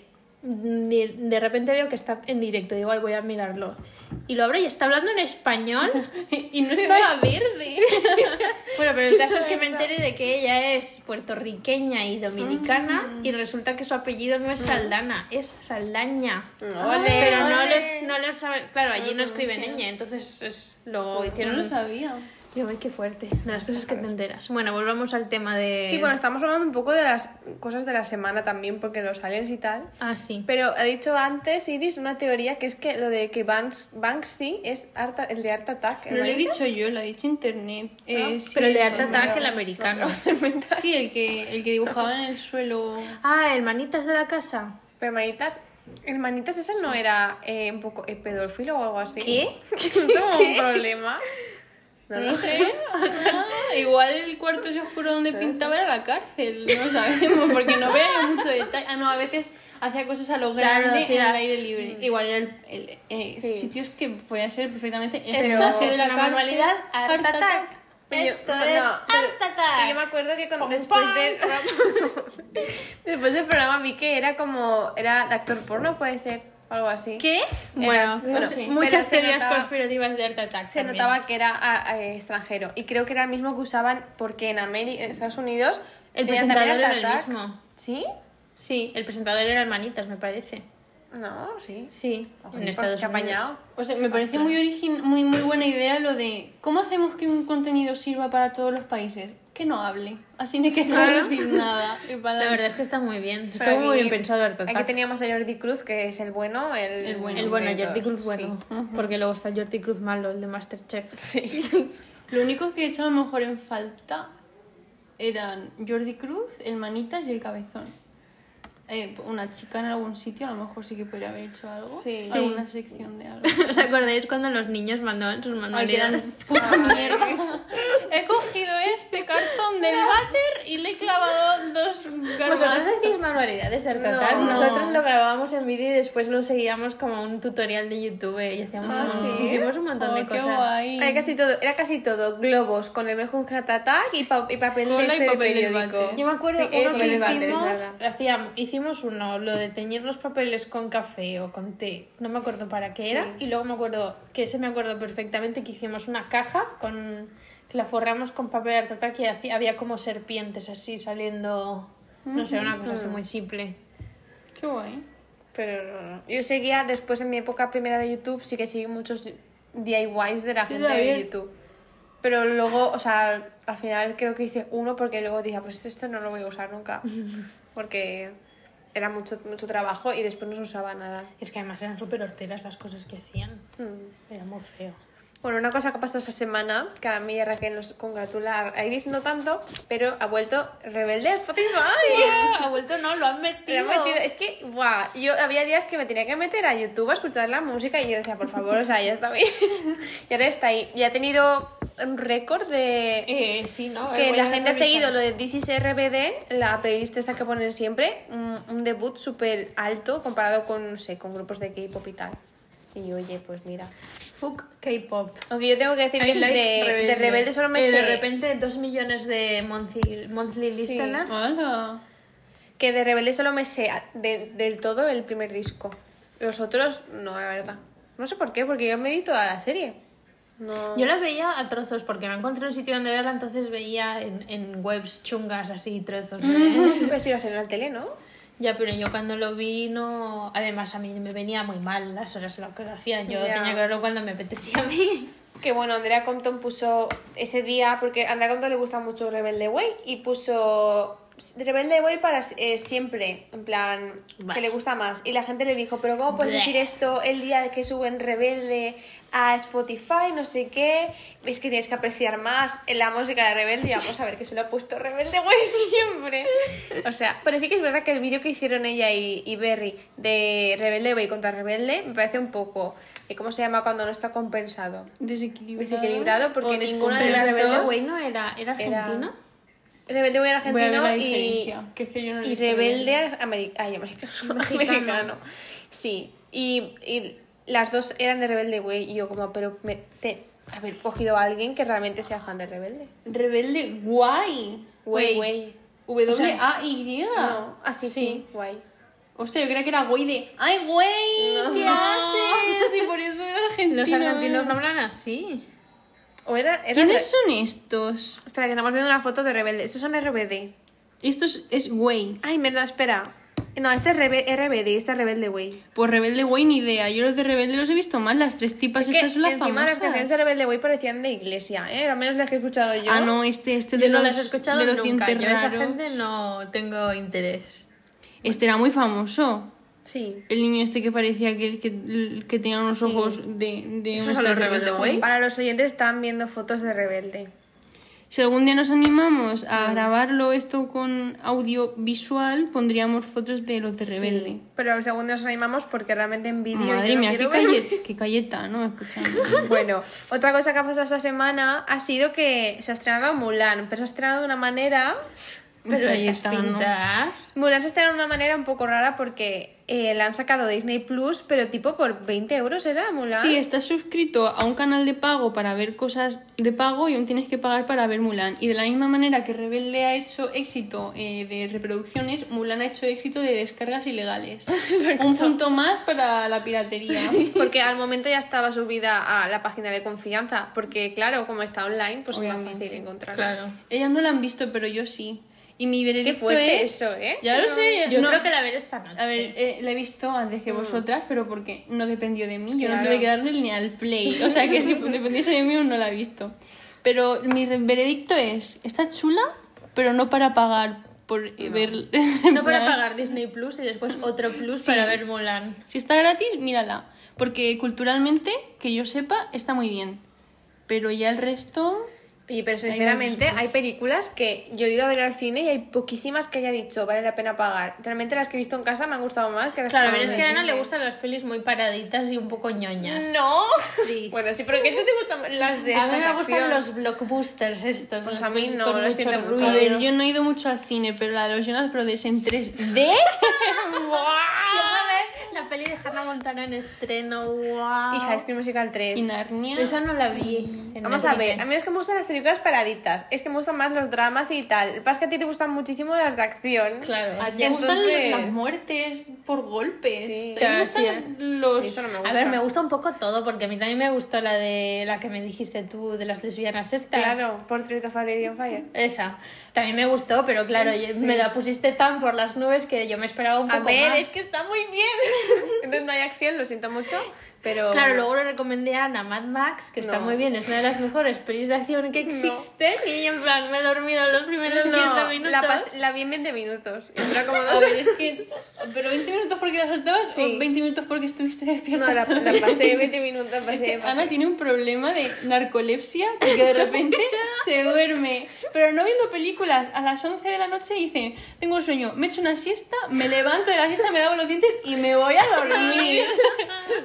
Speaker 4: de, de repente veo que está en directo, digo, ay, voy a mirarlo, y lo abro y está hablando en español,
Speaker 3: Y no estaba verde.
Speaker 4: Bueno, pero el caso es que me enteré de que ella es puertorriqueña y dominicana y resulta que su apellido no es Saldana, es Saldaña.
Speaker 2: Ole,
Speaker 4: pero no
Speaker 2: ole.
Speaker 4: les, no les saben- Claro, allí no escriben ñ, entonces es, lo
Speaker 3: No
Speaker 4: hicieron.
Speaker 3: lo sabía.
Speaker 4: Yo, ay, qué fuerte. De las cosas que te enteras. Bueno, volvamos al tema de.
Speaker 2: Sí, bueno, estamos hablando un poco de las cosas de la semana también, porque los aliens y tal.
Speaker 4: Ah, sí.
Speaker 2: Pero ha dicho antes Iris una teoría que es que lo de que Banks, Banksy es Art- el de Art Attack. ¿el
Speaker 3: No lo he
Speaker 2: Banksy?
Speaker 3: dicho yo, lo ha dicho internet. Eh, sí,
Speaker 4: Ah, pero el de Art
Speaker 3: entonces-
Speaker 4: Attack, el americano.
Speaker 3: Sí, el que, el que dibujaba en el suelo.
Speaker 4: Ah, el manitas de la casa.
Speaker 2: Pero hermanitas, hermanitas, ese no era eh, un poco eh, pedófilo o algo así.
Speaker 4: ¿Qué?
Speaker 2: Tengo un problema. No
Speaker 3: No
Speaker 2: lo
Speaker 3: lo
Speaker 2: sé.
Speaker 3: sé. Ah, igual el cuarto ese oscuro donde pintaba era la cárcel. No lo sabemos, porque no veo mucho detalle. Ah, no, a veces hacía cosas a lo
Speaker 4: Claro,
Speaker 3: grande en
Speaker 4: hacía-
Speaker 3: el aire libre. Igual era el, el- eh,
Speaker 2: Sí.
Speaker 3: sitios que podían ser perfectamente.
Speaker 4: Esto ha
Speaker 3: ha sido
Speaker 4: sido
Speaker 3: la
Speaker 4: una
Speaker 3: cárcel.
Speaker 4: manualidad Art
Speaker 3: Art Attack.
Speaker 4: Attack.
Speaker 2: Pero yo-
Speaker 4: Esto
Speaker 2: no,
Speaker 4: es
Speaker 2: pero-
Speaker 4: Art
Speaker 2: Y yo me
Speaker 4: Attack.
Speaker 2: acuerdo que cuando-
Speaker 4: Pum,
Speaker 2: después
Speaker 4: pam.
Speaker 2: del después del programa vi que era como era de actor porno puede ser o algo así.
Speaker 4: ¿Qué?
Speaker 2: Era-
Speaker 4: Bueno,
Speaker 2: bueno, pero
Speaker 4: muchas
Speaker 2: se
Speaker 4: teorías
Speaker 2: notaba-
Speaker 4: conspirativas de Art Attack.
Speaker 2: Se
Speaker 4: también.
Speaker 2: notaba que era ah, eh, extranjero y creo que era el mismo que usaban porque en América, en Estados Unidos
Speaker 4: El
Speaker 2: era también
Speaker 4: presentador
Speaker 2: Art
Speaker 4: era el
Speaker 2: Attack.
Speaker 4: mismo.
Speaker 2: ¿Sí?
Speaker 4: Sí, el presentador era Manitas, me parece.
Speaker 2: No, sí.
Speaker 4: Sí,
Speaker 2: Ojo,
Speaker 4: en
Speaker 2: pues,
Speaker 4: Estados
Speaker 2: qué apañado.
Speaker 4: Unidos.
Speaker 3: O sea, me parece muy, origin muy, muy buena idea lo de cómo hacemos que un contenido sirva para todos los países. Que no hable. Así no hay que traducir nada. Y para
Speaker 4: La
Speaker 3: adelante.
Speaker 4: verdad es que está muy bien. Está
Speaker 2: Para
Speaker 4: muy
Speaker 2: mí,
Speaker 4: bien pensado Art
Speaker 2: Aquí
Speaker 4: Attack.
Speaker 2: teníamos a Jordi Cruz, que es el bueno, el,
Speaker 3: El bueno.
Speaker 4: El bueno,
Speaker 2: de
Speaker 4: Jordi
Speaker 2: todos,
Speaker 4: Cruz bueno.
Speaker 2: sí.
Speaker 4: Porque luego está Jordi Cruz malo, el de Masterchef.
Speaker 2: Sí.
Speaker 3: Lo único que he hecho a lo mejor en falta eran Jordi Cruz, el Manitas y el Cabezón. Eh, una chica en algún sitio a lo mejor sí que podría haber hecho algo.
Speaker 2: Sí.
Speaker 3: Alguna sección de algo.
Speaker 4: ¿Os acordáis cuando los niños mandaban sus
Speaker 3: Ay, que
Speaker 4: Ah, manualidades?
Speaker 3: eran puta mierda. He cogido este
Speaker 5: cartón del váter y le he clavado dos
Speaker 4: Vosotros
Speaker 5: garbanzos.
Speaker 4: decís manualidades, ¿verdad?
Speaker 2: No.
Speaker 4: Nosotros lo grabábamos en vídeo y después lo seguíamos como un tutorial de YouTube y hacíamos
Speaker 2: Ah,
Speaker 4: un-
Speaker 2: ¿sí?
Speaker 4: hicimos un montón de
Speaker 5: Oh, qué
Speaker 4: cosas.
Speaker 5: guay.
Speaker 2: Era casi todo, era casi todo globos con el mejor jatatá y, pa- y papel de
Speaker 3: Cola y
Speaker 2: este de
Speaker 3: papel del
Speaker 2: periódico.
Speaker 3: váter.
Speaker 4: Yo me acuerdo
Speaker 2: Sí, eh,
Speaker 4: uno
Speaker 2: con
Speaker 4: que
Speaker 2: el váter, es
Speaker 4: hicimos,
Speaker 2: verdad.
Speaker 4: hacíamos, hicimos uno, lo de teñir los papeles con café o con té, no me acuerdo para qué era, y luego me acuerdo, que ese me acuerdo perfectamente, que hicimos una caja con que la forramos con papel artata que hacía- había como serpientes así saliendo, no sé, una cosa así
Speaker 2: Mm.
Speaker 4: muy simple.
Speaker 3: Qué guay.
Speaker 2: Pero no, no. yo seguía después en mi época primera de YouTube, sí que seguí muchos DIYs de la gente de
Speaker 3: también.
Speaker 2: YouTube. Pero luego, o sea, al final creo que hice uno porque luego dije, "Ah, pues este no lo voy a usar nunca. Porque era mucho, mucho trabajo y después no se usaba nada.
Speaker 4: Es que además eran súper horteras las cosas que hacían,
Speaker 2: Hmm.
Speaker 4: era muy feo.
Speaker 2: Bueno, una cosa que ha pasado esta semana, que a mí y a Raquel nos congratula, a Iris no tanto, pero ha vuelto Rebelde a Spotify.
Speaker 4: ha vuelto no, lo han metido.
Speaker 2: Le han metido- es que, guau, yo había días que me tenía que meter a YouTube a escuchar la música y yo decía, por favor, o sea, ya está bien. y ahora está ahí. Y ha tenido un récord de...
Speaker 4: Eh, sí, ¿no? Eh,
Speaker 2: Que
Speaker 4: voy
Speaker 2: la
Speaker 4: a
Speaker 2: gente ha
Speaker 4: revisar.
Speaker 2: seguido lo de DCCRBD, la playlist esa que ponen siempre, un, un debut súper alto comparado con, no sé, con grupos de K-pop y tal. Y yo, oye, pues mira.
Speaker 4: Fuck K-pop.
Speaker 2: Aunque yo tengo que decir que
Speaker 4: Ay,
Speaker 2: es de,
Speaker 4: like
Speaker 2: de Rebelde solo me
Speaker 4: Eh,
Speaker 2: sé...
Speaker 4: De repente, dos millones de monthly, monthly listeners.
Speaker 2: ¿Ah?
Speaker 3: Hola.
Speaker 2: Que de Rebelde solo me sé a- de- del todo el primer disco. Los otros, no, la verdad. No sé por qué, porque yo me vi toda la serie. No.
Speaker 4: Yo las veía a trozos porque no encontré un sitio donde verla, entonces veía en, en webs chungas así trozos. ¿eh?
Speaker 2: Puedes Pues ir a cenar al tele, ¿no?
Speaker 4: ya, pero yo cuando lo vi no... Además a mí me venía muy mal las horas en las que lo hacía. Yo
Speaker 2: Ya.
Speaker 4: tenía que verlo cuando me apetecía a mí.
Speaker 2: Que bueno, Andrea Compton puso ese día, porque a Andrea Compton le gusta mucho Rebelde Way, y puso Rebelde Way para eh, siempre, en plan,
Speaker 4: Bah.
Speaker 2: que le gusta más. Y la gente le dijo, pero ¿cómo puedes
Speaker 4: Bleh.
Speaker 2: decir esto el día que suben Rebelde a Spotify, no sé qué? Es que tienes que apreciar más la música de Rebelde, y vamos a ver que se lo ha puesto Rebelde Way siempre. O sea, pero sí que es verdad que el vídeo que hicieron ella y, y Berry de Rebelde Way contra Rebelde me parece un poco... eh, ¿Cómo se llama cuando no está compensado?
Speaker 3: Desequilibrado.
Speaker 2: Desequilibrado, porque
Speaker 3: O
Speaker 2: ninguna de las
Speaker 3: descompensado.
Speaker 4: Rebelde
Speaker 2: dos
Speaker 4: Way no era, era
Speaker 2: Pues era-
Speaker 4: argentina.
Speaker 2: Rebelde voy a
Speaker 3: Voy a ver
Speaker 2: argentino
Speaker 3: la
Speaker 2: y,
Speaker 3: diferencia, que es que yo no lo he
Speaker 2: y
Speaker 3: visto
Speaker 2: rebelde
Speaker 3: bien.
Speaker 2: ameri- ay, americano,
Speaker 4: Mexicano.
Speaker 2: americano. Sí, y, y las dos eran de Rebelde Way y yo como, pero me, te, haber cogido a alguien que realmente sea fan de Rebelde.
Speaker 3: Rebelde guay.
Speaker 2: Güey,
Speaker 3: Wey.
Speaker 2: güey.
Speaker 3: W-A-Y.
Speaker 2: No, así sí, guay.
Speaker 3: Hostia, yo creía que era güey de. ¡Ay, güey! ¿Qué
Speaker 2: No.
Speaker 3: haces? Y por eso era argentino.
Speaker 5: Los argentinos no hablan así.
Speaker 2: O era, era
Speaker 3: ¿Quiénes
Speaker 2: Re-
Speaker 3: son estos?
Speaker 2: Espera, que estamos viendo una foto de Rebelde. Estos son RBD.
Speaker 3: Estos es güey.
Speaker 2: Ay, no, espera. No, este es Rebe- RBD, este es Rebelde Way.
Speaker 3: Pues rebelde güey ni idea. Yo los de rebelde los he visto mal. Las tres tipas
Speaker 2: Es que
Speaker 3: estas son las
Speaker 2: encima
Speaker 3: famosas.
Speaker 2: las canciones de Rebelde Way parecían de iglesia, ¿eh? Al menos las que he escuchado yo.
Speaker 3: Ah, no, este, este
Speaker 4: Yo
Speaker 3: de
Speaker 4: no
Speaker 3: los,
Speaker 4: las he escuchado
Speaker 3: de los
Speaker 4: nunca.
Speaker 3: dientes
Speaker 4: Yo a esa
Speaker 3: raros.
Speaker 4: gente no tengo interés.
Speaker 3: Este era muy famoso.
Speaker 2: Sí.
Speaker 3: El niño este que parecía que, que, que tenía unos ojos de, de un
Speaker 4: son los
Speaker 3: extraterrestre.
Speaker 4: Rebelde Way.
Speaker 2: Para los oyentes están viendo fotos de Rebelde.
Speaker 3: Si algún día nos animamos a grabarlo esto con audio visual, pondríamos fotos de los de Rebelde.
Speaker 2: Sí. Pero según nos animamos porque realmente en vídeo
Speaker 3: Madre
Speaker 2: yo no
Speaker 3: mía, qué,
Speaker 2: quiero ver.
Speaker 3: calle- qué cayeta, ¿no? Escuchando.
Speaker 2: Bueno, otra cosa que ha pasado esta semana ha sido que se ha estrenado Mulan, pero se ha estrenado de una manera...
Speaker 4: Pero estas
Speaker 3: Cayetano.
Speaker 4: pintas...
Speaker 2: Mulan se ha estrenado de una manera un poco rara porque eh, la han sacado de Disney Plus, pero tipo por 20 euros era Mulan.
Speaker 3: Sí, estás suscrito a un canal de pago para ver cosas de pago y aún tienes que pagar para ver Mulan. Y de la misma manera que Rebelde ha hecho éxito eh, de reproducciones, Mulan ha hecho éxito de descargas ilegales. un punto más para la piratería.
Speaker 2: Porque al momento ya estaba subida a la página de confianza, porque claro, como está online, pues es más
Speaker 3: Obviamente.
Speaker 2: fácil encontrarla.
Speaker 4: Claro.
Speaker 3: Ellas no la han visto, pero yo sí. Y mi veredicto
Speaker 2: Qué fuerte
Speaker 3: es-
Speaker 2: eso, ¿eh?
Speaker 3: Ya lo sé.
Speaker 4: Yo
Speaker 3: no-
Speaker 4: creo que la veré esta noche.
Speaker 3: A ver, eh, la he visto antes
Speaker 4: Mm.
Speaker 3: que vosotras, pero porque no dependió de mí. Yo
Speaker 2: Claro.
Speaker 3: no tuve que darle ni al play. O sea que si dependiese de mí, aún no la he visto. Pero mi re- veredicto es: está chula, pero no para pagar por eh, ver.
Speaker 4: No para pagar Disney Plus y después otro Plus
Speaker 3: Sí.
Speaker 4: para ver Mulan.
Speaker 3: Si está gratis, mírala. Porque culturalmente, que yo sepa, está muy bien. Pero ya el resto.
Speaker 2: Y pero sinceramente hay películas que yo he ido a ver al cine y hay poquísimas que haya dicho vale la pena pagar. Realmente las que he visto en casa me han gustado más que las
Speaker 4: Claro,
Speaker 2: que
Speaker 4: pero es
Speaker 2: en
Speaker 4: que a
Speaker 2: el
Speaker 4: Ana
Speaker 2: cine.
Speaker 4: le gustan las pelis muy paraditas y un poco ñoñas.
Speaker 2: No.
Speaker 4: Sí.
Speaker 2: Bueno, sí, pero ¿qué tú te gustan las de
Speaker 4: A mí me
Speaker 2: atracción?
Speaker 4: gustan los blockbusters estos.
Speaker 2: Pues
Speaker 4: las
Speaker 2: a mí
Speaker 4: pelis
Speaker 2: no,
Speaker 4: con
Speaker 2: lo
Speaker 4: mucho
Speaker 2: siento mucho.
Speaker 3: A
Speaker 4: ruido.
Speaker 3: ver, yo no he ido mucho al cine, pero la de los Jonas Brothers en 3D.
Speaker 4: A ver, la peli de Hannah Montana en estreno, wow.
Speaker 2: Hija, High School Musical 3.
Speaker 3: Y Narnia.
Speaker 4: Esa no la vi. en
Speaker 2: Vamos
Speaker 4: la
Speaker 2: a ver,
Speaker 4: tele.
Speaker 2: a mí es que me gustan las películas paraditas, es que me gustan más los dramas y tal. Lo que pasa es que a ti te gustan muchísimo las de acción.
Speaker 4: Claro.
Speaker 3: ¿A ti te
Speaker 2: Entonces-
Speaker 3: gustan las muertes por golpes?
Speaker 2: Sí.
Speaker 3: ¿Te
Speaker 2: Claro,
Speaker 3: gustan los...?
Speaker 2: Eso no me gusta.
Speaker 4: A ver, me gusta un poco todo, porque a mí también me gustó la de la que me dijiste tú, de las lesbianas estas.
Speaker 2: Claro, Portrait of a Lady on Fire.
Speaker 4: Esa. También me gustó, pero claro, yo- me la pusiste tan por las nubes que yo me esperaba un
Speaker 2: A
Speaker 4: poco
Speaker 2: ver,
Speaker 4: más.
Speaker 2: es que está muy bien. Entonces no hay acción, lo siento mucho, pero...
Speaker 4: Claro, luego le recomendé a Ana Mad Max, que está
Speaker 2: No.
Speaker 4: muy bien, es una de las mejores pelis de acción que existen. Y yo, en plan, me he dormido los primeros 15
Speaker 2: No,
Speaker 4: minutos.
Speaker 2: la, pas- la vi en 20 minutos. y dura como
Speaker 3: A
Speaker 2: dos
Speaker 3: ver, es que... ¿Pero 20 minutos porque la saltabas
Speaker 2: Sí.
Speaker 3: o 20 minutos porque estuviste despierta?
Speaker 2: No, la,
Speaker 3: sola?
Speaker 2: la pasé 20 minutos, la
Speaker 3: Es
Speaker 2: pasé,
Speaker 3: que
Speaker 2: la pasé.
Speaker 3: Ana tiene un problema de narcolepsia porque de repente se duerme, pero no viendo películas a las 11 de la noche dice, tengo un sueño, me echo una siesta, me levanto de la siesta, me lavo los dientes y me voy a dormir.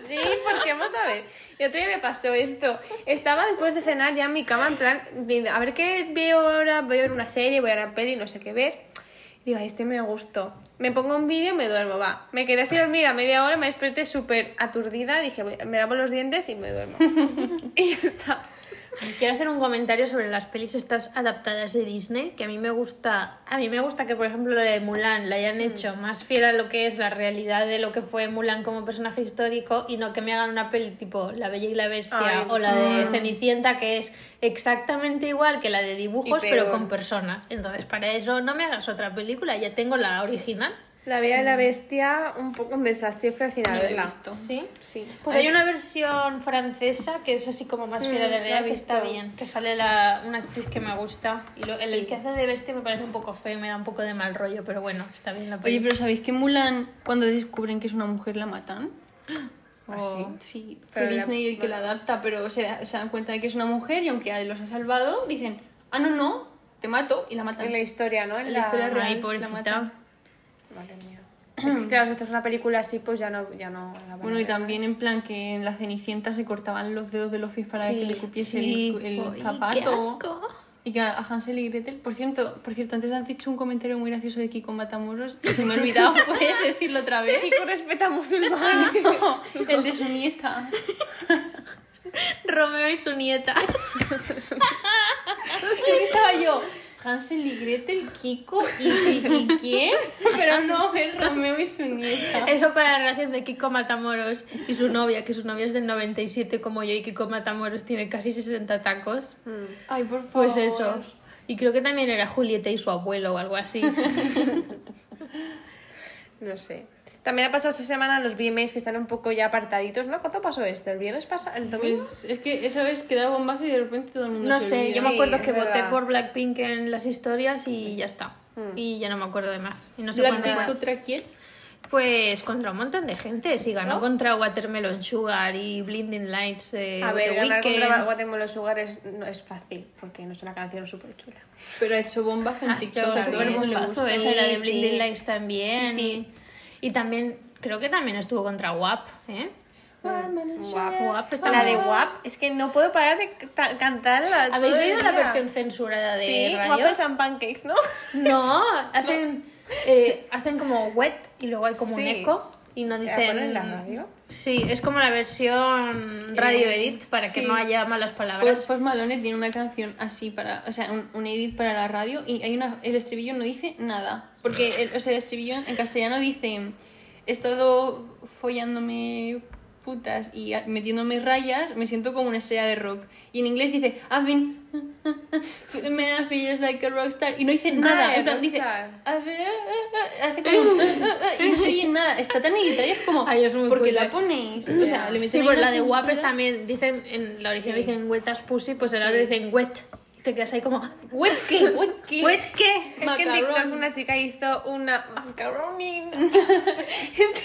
Speaker 2: Sí, porque vamos a ver. El otro día me pasó esto. Estaba después de cenar ya en mi cama, en plan, viendo, a ver qué veo ahora. Voy a ver una serie, voy a ver una peli, no sé qué ver. Digo, "Ay, este me gustó. Me pongo un vídeo y me duermo, va. Me quedé así dormida media hora, me desperté súper aturdida. Dije, "Voy- me lavo los dientes y me duermo. y ya está.
Speaker 4: Quiero hacer un comentario sobre las pelis estas adaptadas de Disney, que a mí me gusta, a mí me gusta que por ejemplo la de Mulan la
Speaker 2: Mm.
Speaker 4: hayan hecho más fiel a lo que es la realidad de lo que fue Mulan como personaje histórico y no que me hagan una peli tipo La Bella y la Bestia
Speaker 2: Ay, mm.
Speaker 4: o la de Cenicienta que es exactamente igual que la de dibujos
Speaker 2: Y
Speaker 4: pero
Speaker 2: peor.
Speaker 4: con personas. Entonces, para eso no me hagas otra película, ya tengo la original.
Speaker 2: La Bella y la Bestia, un poco un desastre, fue al final
Speaker 3: Yo he
Speaker 2: verla.
Speaker 3: visto.
Speaker 4: Sí.
Speaker 2: Sí.
Speaker 4: Pues hay una versión francesa que es así como más fiel a la
Speaker 2: Mm, la he
Speaker 4: realidad, que está
Speaker 2: visto.
Speaker 4: bien, que sale la, una actriz que me gusta. Y lo- el, el que hace de bestia me parece un poco feo, me da un poco de mal rollo, pero bueno, está bien la
Speaker 3: Oye,
Speaker 4: película.
Speaker 3: pero ¿sabéis que Mulan cuando descubren que es una mujer la matan?
Speaker 2: ¿Ah, sí?
Speaker 3: Sí, fue
Speaker 2: Pero la-
Speaker 3: Disney el que la adapta, pero se, da- se dan cuenta de que es una mujer y aunque a él los ha salvado, dicen, ah, no, no, te mato y la matan.
Speaker 2: En la historia, ¿no? En
Speaker 3: En la historia real
Speaker 4: Ay,
Speaker 3: la
Speaker 4: pobrecita.
Speaker 3: matan.
Speaker 2: Madre mía. Es que, claro, si haces una película así, pues ya no, ya no la van a
Speaker 3: Bueno, y
Speaker 2: ver.
Speaker 3: también en plan que en la Cenicienta se cortaban los dedos de los pies para que le cupiese
Speaker 4: sí.
Speaker 3: el, el
Speaker 4: Uy, qué
Speaker 3: zapato.
Speaker 4: asco.
Speaker 3: Y que a Hansel y Gretel, por cierto, por cierto, antes has dicho un comentario muy gracioso de Kiko Matamoros y se me ha olvidado, ¿puedes decirlo otra vez?
Speaker 2: Kiko respeta musulmán.
Speaker 3: el de su nieta.
Speaker 4: Romeo y su nieta.
Speaker 3: Es que estaba yo, Hansel y Gretel, Kiko y, y, y quién, pero no, es Romeo y su nieta.
Speaker 4: Eso para la relación de Kiko Matamoros y su novia, que su novia es del 97 como yo y Kiko Matamoros tiene casi 60 tacos.
Speaker 2: Mm,
Speaker 3: Ay, por favor.
Speaker 4: Pues eso. Y creo que también era Julieta y su abuelo o algo así.
Speaker 2: No sé. También ha pasado esta semana los VMAs que están un poco ya apartaditos, ¿no? ¿Cuánto pasó esto? ¿El viernes pasa? ¿El domingo?
Speaker 3: Pues es que esa vez queda bombazo y de repente todo el mundo
Speaker 4: No
Speaker 3: se
Speaker 4: sé,
Speaker 3: olvida.
Speaker 4: yo me
Speaker 2: Sí,
Speaker 4: acuerdo
Speaker 2: es
Speaker 4: que voté
Speaker 2: verdad.
Speaker 4: por Blackpink en las historias y ya está. Y ya no me acuerdo de más. Y no sé
Speaker 3: ¿Blackpink
Speaker 4: cuánto-
Speaker 3: contra quién?
Speaker 4: Pues contra un montón de gente. Sí, ganó contra Watermelon Sugar y Blinding Lights de
Speaker 2: a ver,
Speaker 4: The
Speaker 2: ganar
Speaker 4: Weeknd.
Speaker 2: contra Guatemala Sugar es, no es fácil, porque no es una canción súper chula.
Speaker 3: Pero ha hecho bombazo en
Speaker 4: Ah, yo
Speaker 3: TikTok. a todo
Speaker 4: súper
Speaker 3: el mundo le
Speaker 4: bombazo
Speaker 3: gusta.
Speaker 4: esa, la de
Speaker 2: Sí,
Speaker 4: Blinding
Speaker 2: sí.
Speaker 4: Lights también.
Speaker 2: Sí,
Speaker 4: Y también, creo que también estuvo contra WAP, ¿eh?
Speaker 2: Guap,
Speaker 4: Guap, está
Speaker 2: La
Speaker 4: muy
Speaker 2: de
Speaker 4: guap.
Speaker 2: Guap, es que no puedo parar de ta- cantarla. todo
Speaker 4: ¿Habéis
Speaker 2: el
Speaker 4: oído la
Speaker 2: día.
Speaker 4: versión censurada de
Speaker 2: Sí,
Speaker 4: radio?
Speaker 2: Waffles and Pancakes, ¿no?
Speaker 4: No, hacen, eh, hacen como wet y luego hay como un
Speaker 2: Sí.
Speaker 4: eco y no
Speaker 2: ¿La
Speaker 4: dicen...
Speaker 2: ponen en la radio?
Speaker 4: Sí, es como la versión radio edit para que
Speaker 3: sí.
Speaker 4: no haya malas
Speaker 3: Pues,
Speaker 4: palabras.
Speaker 3: pues Malone tiene una canción así para, o sea, un, un edit para la radio y hay una, el estribillo no dice nada, porque el, o sea, el estribillo en castellano dice, he estado follándome putas y a- metiéndome rayas, me siento como una estrella de rock. Y en inglés dice, I've been, man, I feel just like a rockstar. Y no
Speaker 4: Ah,
Speaker 3: dice nada, en plan dice,
Speaker 2: rockstar.
Speaker 3: "I've been", hace como, un, y no se oye nada, está tan editada y es como,
Speaker 4: Ay, es muy
Speaker 3: porque la
Speaker 4: cutre.
Speaker 3: ponéis, o sea, le
Speaker 4: sí,
Speaker 3: meten ahí
Speaker 4: pues
Speaker 3: una
Speaker 4: la de guapes
Speaker 3: censura.
Speaker 4: también dicen, en la original dicen wet as pussy, pues en la otra dicen wet. Y te quedas ahí como...
Speaker 6: Whisky, whisky.
Speaker 2: qué? Es que en TikTok
Speaker 3: Macaroni.
Speaker 2: una chica hizo una macaroni. en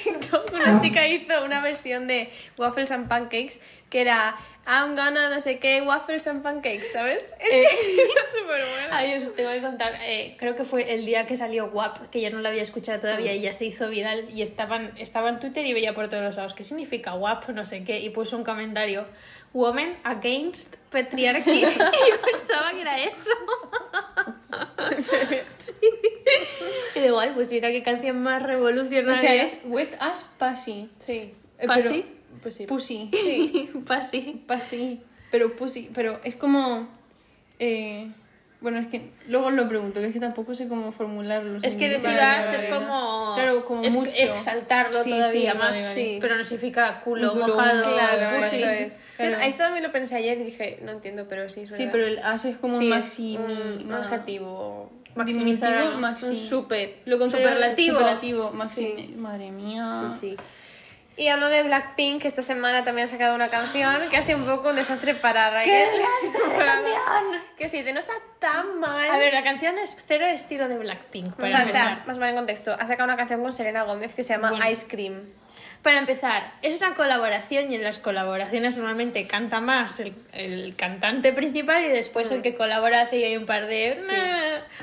Speaker 2: TikTok una chica hizo una versión de waffles and pancakes que era I'm gonna no sé qué waffles and pancakes, ¿sabes? Era súper
Speaker 3: Ah,
Speaker 2: buena.
Speaker 4: Ay, os te voy a contar, eh, creo que fue el día que salió WAP, que yo no la había escuchado todavía y ya se hizo viral y estaban, estaba en Twitter y veía por todos los lados qué significa WAP, no sé qué, y puso un comentario, Woman Against Patriarchy, y pensaba que era eso. sí. Y digo, ay, pues mira qué canción más
Speaker 3: O
Speaker 4: revolucionaria.
Speaker 3: sea, es wet as pussy.
Speaker 2: Sí.
Speaker 3: Eh, pero-
Speaker 4: ¿Pussy?
Speaker 2: Pues sí.
Speaker 3: Pussy.
Speaker 4: Pasi.
Speaker 3: Pussy. Pero pussy. Pero es como... eh, bueno, es que luego os lo pregunto, que es que tampoco sé cómo formularlo.
Speaker 4: Es que
Speaker 2: Mm,
Speaker 3: sin-
Speaker 4: decir
Speaker 3: Vale,
Speaker 4: as
Speaker 3: vale,
Speaker 4: es
Speaker 3: vale.
Speaker 4: como...
Speaker 3: Claro, como
Speaker 4: es
Speaker 3: mucho.
Speaker 4: Exaltarlo
Speaker 3: Sí,
Speaker 4: todavía
Speaker 3: sí,
Speaker 4: más,
Speaker 3: vale, vale.
Speaker 4: sí. pero no significa culo,
Speaker 3: Culo,
Speaker 4: mojado,
Speaker 2: Claro,
Speaker 4: pussy.
Speaker 2: eso es.
Speaker 3: Claro.
Speaker 2: Ahí también lo pensé ayer y dije, no entiendo, pero sí, es
Speaker 3: Sí,
Speaker 2: verdad.
Speaker 3: pero el as es como
Speaker 2: Sí,
Speaker 3: un
Speaker 2: es
Speaker 3: maximi...
Speaker 2: un
Speaker 3: no.
Speaker 2: adjetivo.
Speaker 3: Maximizar
Speaker 4: Maximizar
Speaker 3: algo.
Speaker 4: algo.
Speaker 3: maxi-
Speaker 2: Un súper.
Speaker 3: Lo contrario es
Speaker 2: Superlativo.
Speaker 3: superlativo, maxi- Madre mía.
Speaker 2: Sí,
Speaker 4: Ah.
Speaker 2: sí. Y hablo de Blackpink, que esta semana también ha sacado una canción que ha sido un poco un desastre para Raquel. Que decirte, no está tan mal.
Speaker 4: A ver, la canción es cero estilo de Blackpink,
Speaker 2: Vamos
Speaker 4: para
Speaker 2: a
Speaker 4: empezar.
Speaker 2: empezar, más o menos en contexto. Ha sacado una canción con Selena Gómez que se llama
Speaker 4: Bueno.
Speaker 2: Ice Cream.
Speaker 4: Para empezar, es una colaboración y en las colaboraciones normalmente canta más el, el cantante principal y después
Speaker 2: Mm.
Speaker 4: el que colabora hace y hay un par de...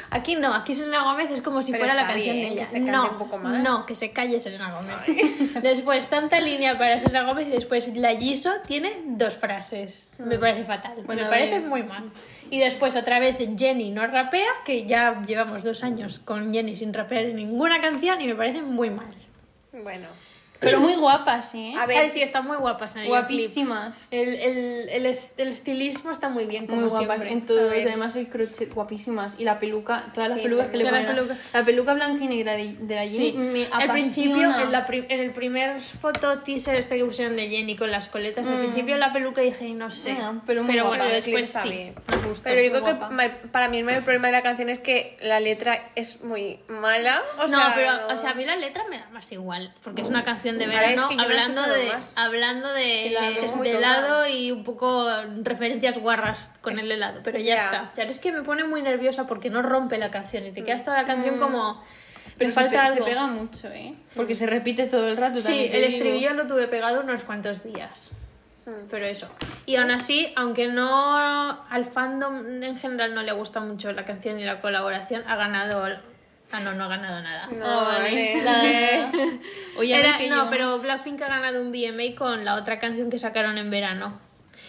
Speaker 4: Aquí no, aquí Selena Gómez es como si
Speaker 2: Pero
Speaker 4: fuera la
Speaker 2: está
Speaker 4: canción
Speaker 2: bien,
Speaker 4: de ella.
Speaker 2: que se cante
Speaker 4: no,
Speaker 2: un poco más.
Speaker 4: no, que se calle Selena Gómez. después, tanta línea para Selena Gómez y después la Jisoo tiene dos frases.
Speaker 2: Mm.
Speaker 4: Me parece fatal,
Speaker 3: Bueno,
Speaker 4: me parece
Speaker 3: bien.
Speaker 4: muy mal. Y después otra vez Jenny no rapea, que ya llevamos dos años con Jenny sin rapear en ninguna canción y me parece muy mal.
Speaker 2: Bueno.
Speaker 3: Pero muy guapas, ¿eh?
Speaker 2: A ver,
Speaker 4: Ay,
Speaker 2: si
Speaker 4: sí, están muy guapas en el clip.
Speaker 3: Guapísimas.
Speaker 4: El, el, el, es- el estilismo está muy bien, como
Speaker 3: Muy guapas.
Speaker 4: siempre.
Speaker 3: En
Speaker 2: A
Speaker 3: todos,
Speaker 2: ver.
Speaker 3: además el crochet, guapísimas. Y la peluca, todas las
Speaker 2: Sí,
Speaker 3: pelucas que le
Speaker 4: todas las
Speaker 3: ponen. a-
Speaker 4: pelucas.
Speaker 3: La peluca blanca y negra de, de la Jenny
Speaker 4: Sí.
Speaker 3: me
Speaker 4: Al
Speaker 3: apasiona.
Speaker 4: principio, en, la pri- en el primer foto teaser este que pusieron de Jenny con las coletas, al principio la peluca dije, no sé.
Speaker 3: Ah, pero muy guapa.
Speaker 4: bueno,
Speaker 3: Pero
Speaker 2: el clip
Speaker 4: después
Speaker 2: está
Speaker 4: sí.
Speaker 2: bien.
Speaker 4: Nos gustó.
Speaker 2: Pero yo
Speaker 4: muy
Speaker 2: creo que
Speaker 4: guapa.
Speaker 2: ma- para mí el mayor problema de la canción es que la letra es muy mala. O
Speaker 4: no,
Speaker 2: sea,
Speaker 4: pero
Speaker 2: no-
Speaker 4: o sea, a mí la letra me da más igual, porque es una canción de
Speaker 2: Ahora es
Speaker 4: verano
Speaker 2: que yo no he
Speaker 4: hablando,
Speaker 2: escuchado
Speaker 4: de,
Speaker 2: más.
Speaker 4: hablando de
Speaker 2: Helado. Es muy
Speaker 4: de
Speaker 2: tonta.
Speaker 4: helado y un poco referencias guarras con el helado, pero
Speaker 2: ya.
Speaker 4: ya está. Ya es que me pone muy nerviosa porque no rompe la canción
Speaker 2: Mm.
Speaker 4: y te quedas toda la canción como
Speaker 3: Pero
Speaker 4: me
Speaker 3: se,
Speaker 4: falta
Speaker 3: pe- se
Speaker 4: algo.
Speaker 3: pega mucho, ¿eh? Porque se repite todo el rato.
Speaker 4: Sí,
Speaker 3: también te
Speaker 4: el
Speaker 3: digo.
Speaker 4: estribillo lo tuve pegado unos cuantos días.
Speaker 2: Mm.
Speaker 4: Pero eso. Y aún así, aunque no al fandom en general no le gusta mucho la canción y la colaboración, ha ganado. Ah, no, no ha ganado nada.
Speaker 2: No,
Speaker 3: Ah,
Speaker 2: vale.
Speaker 3: vale. Nada. Oye, a ver
Speaker 4: Era-
Speaker 3: que
Speaker 4: no,
Speaker 3: yo-
Speaker 4: pero Blackpink ha ganado un VMA con la otra canción que sacaron en verano.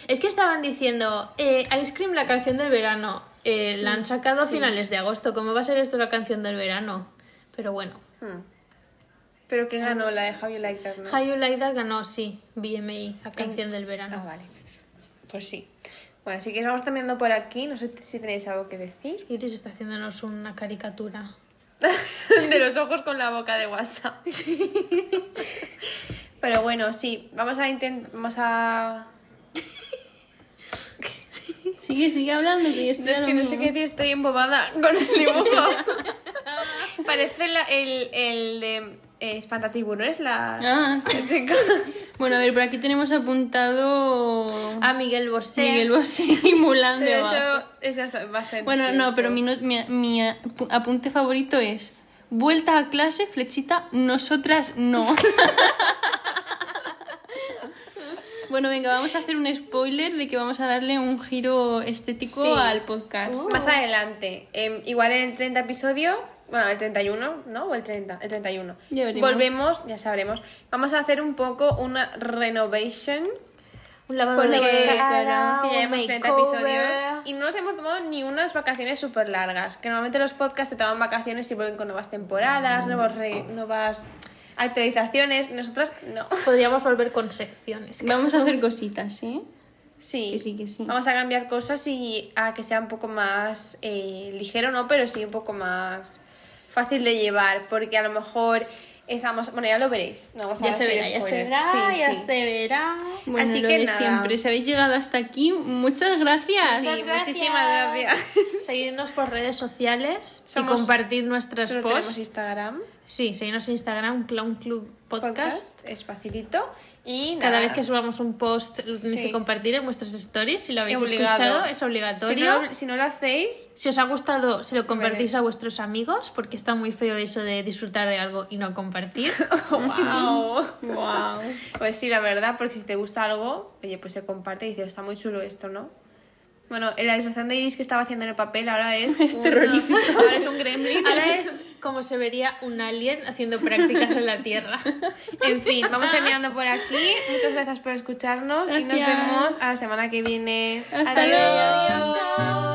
Speaker 4: Es que estaban diciendo, eh, Ice Cream, la canción del verano, eh, la
Speaker 2: Mm,
Speaker 4: han sacado a finales de agosto. ¿Cómo va a ser esto la canción del verano? Pero bueno,
Speaker 2: Hmm. Pero que ganó la de How You Like That, ¿no?
Speaker 4: How You Like That ganó, sí, VMA, la canción del
Speaker 2: Ah,
Speaker 4: verano.
Speaker 2: vale. Pues sí. Bueno, si que vamos terminando por aquí. No sé si tenéis algo que decir.
Speaker 4: Iris está haciéndonos una caricatura.
Speaker 2: de los ojos con la boca de WhatsApp. Pero bueno, sí. Vamos a intentar... Vamos a...
Speaker 3: Sigue, sigue hablando. Que yo estoy
Speaker 2: es
Speaker 3: a lo
Speaker 2: que no sé
Speaker 3: mío.
Speaker 2: qué decir. Estoy embobada con el dibujo. Parece la- el, el de eh, Espantatiburones, la...
Speaker 3: Ah, sí.
Speaker 2: chica.
Speaker 3: Bueno, a ver, por aquí tenemos apuntado...
Speaker 4: A Ah, Miguel Bosé.
Speaker 3: Miguel Bosé y Mulan de
Speaker 2: Pero
Speaker 3: Bajo.
Speaker 2: eso es hasta- bastante...
Speaker 3: Bueno,
Speaker 2: tiempo.
Speaker 3: no, pero mi, no- mi- mi apu- apunte favorito es vuelta a clase, flechita, nosotras no. bueno, venga, vamos a hacer un spoiler de que vamos a darle un giro estético
Speaker 2: Sí.
Speaker 3: al podcast.
Speaker 4: Uh.
Speaker 2: Más adelante, em, igual en el 30 episodio, bueno, el 31, ¿no? O el 30, el 31.
Speaker 3: Ya veremos.
Speaker 2: Volvemos, ya sabremos. Vamos a hacer un poco una renovation.
Speaker 4: Un lavado
Speaker 2: Porque
Speaker 4: de
Speaker 2: es
Speaker 4: cara.
Speaker 2: que ya
Speaker 4: un
Speaker 2: hemos 30
Speaker 4: makeover.
Speaker 2: episodios y no nos hemos tomado ni unas vacaciones súper largas. Que normalmente los podcasts se toman vacaciones y vuelven con nuevas temporadas, nuevos re- nuevas actualizaciones. Nosotras no.
Speaker 4: Podríamos volver con secciones.
Speaker 3: Vamos a hacer cositas, ¿eh? ¿sí?
Speaker 2: Sí.
Speaker 3: Que sí, que sí.
Speaker 2: Vamos a cambiar cosas y a que sea un poco más eh, ligero, ¿no? Pero sí un poco más fácil de llevar, porque a lo mejor estamos... Bueno, ya lo veréis. No vamos a
Speaker 4: Ya se
Speaker 2: decir
Speaker 4: verá, ya se
Speaker 2: spoiler.
Speaker 4: verá,
Speaker 2: Sí,
Speaker 4: ya
Speaker 2: sí.
Speaker 4: se verá.
Speaker 3: Bueno,
Speaker 2: Así
Speaker 3: lo
Speaker 2: que
Speaker 3: de
Speaker 2: nada.
Speaker 3: siempre, si habéis llegado hasta aquí, muchas gracias.
Speaker 2: Sí, muchísimas gracias.
Speaker 4: Seguirnos por redes sociales
Speaker 2: Somos-
Speaker 4: y compartir nuestras
Speaker 2: Solo tenemos
Speaker 4: posts.
Speaker 2: Instagram.
Speaker 4: Sí, seguimos en Instagram, Clown Club Podcast.
Speaker 2: Podcast es facilito. Y nada,
Speaker 4: Cada vez que subamos un post lo tenéis
Speaker 2: Sí.
Speaker 4: que compartir en vuestras stories. Si lo habéis
Speaker 2: Obligado.
Speaker 4: escuchado, es
Speaker 2: si
Speaker 4: obligatorio.
Speaker 2: no, si no lo hacéis,
Speaker 4: Si os ha gustado, se lo compartís a vuestros amigos, porque está muy feo eso de disfrutar de algo y no compartir.
Speaker 2: wow. Pues sí, la verdad, porque si te gusta algo, oye, pues se comparte y dice, está muy chulo esto, ¿no? Bueno, la ilustración de Iris que estaba haciendo en el papel ahora es...
Speaker 3: Es
Speaker 2: un-
Speaker 3: terrorífico.
Speaker 2: Ahora es un gremlin.
Speaker 4: Ahora es como se vería un alien haciendo prácticas en la Tierra.
Speaker 2: En fin, vamos terminando por aquí. Muchas gracias por escucharnos y nos
Speaker 3: Gracias.
Speaker 2: vemos a la semana que viene.
Speaker 3: Hasta luego.
Speaker 2: Chao.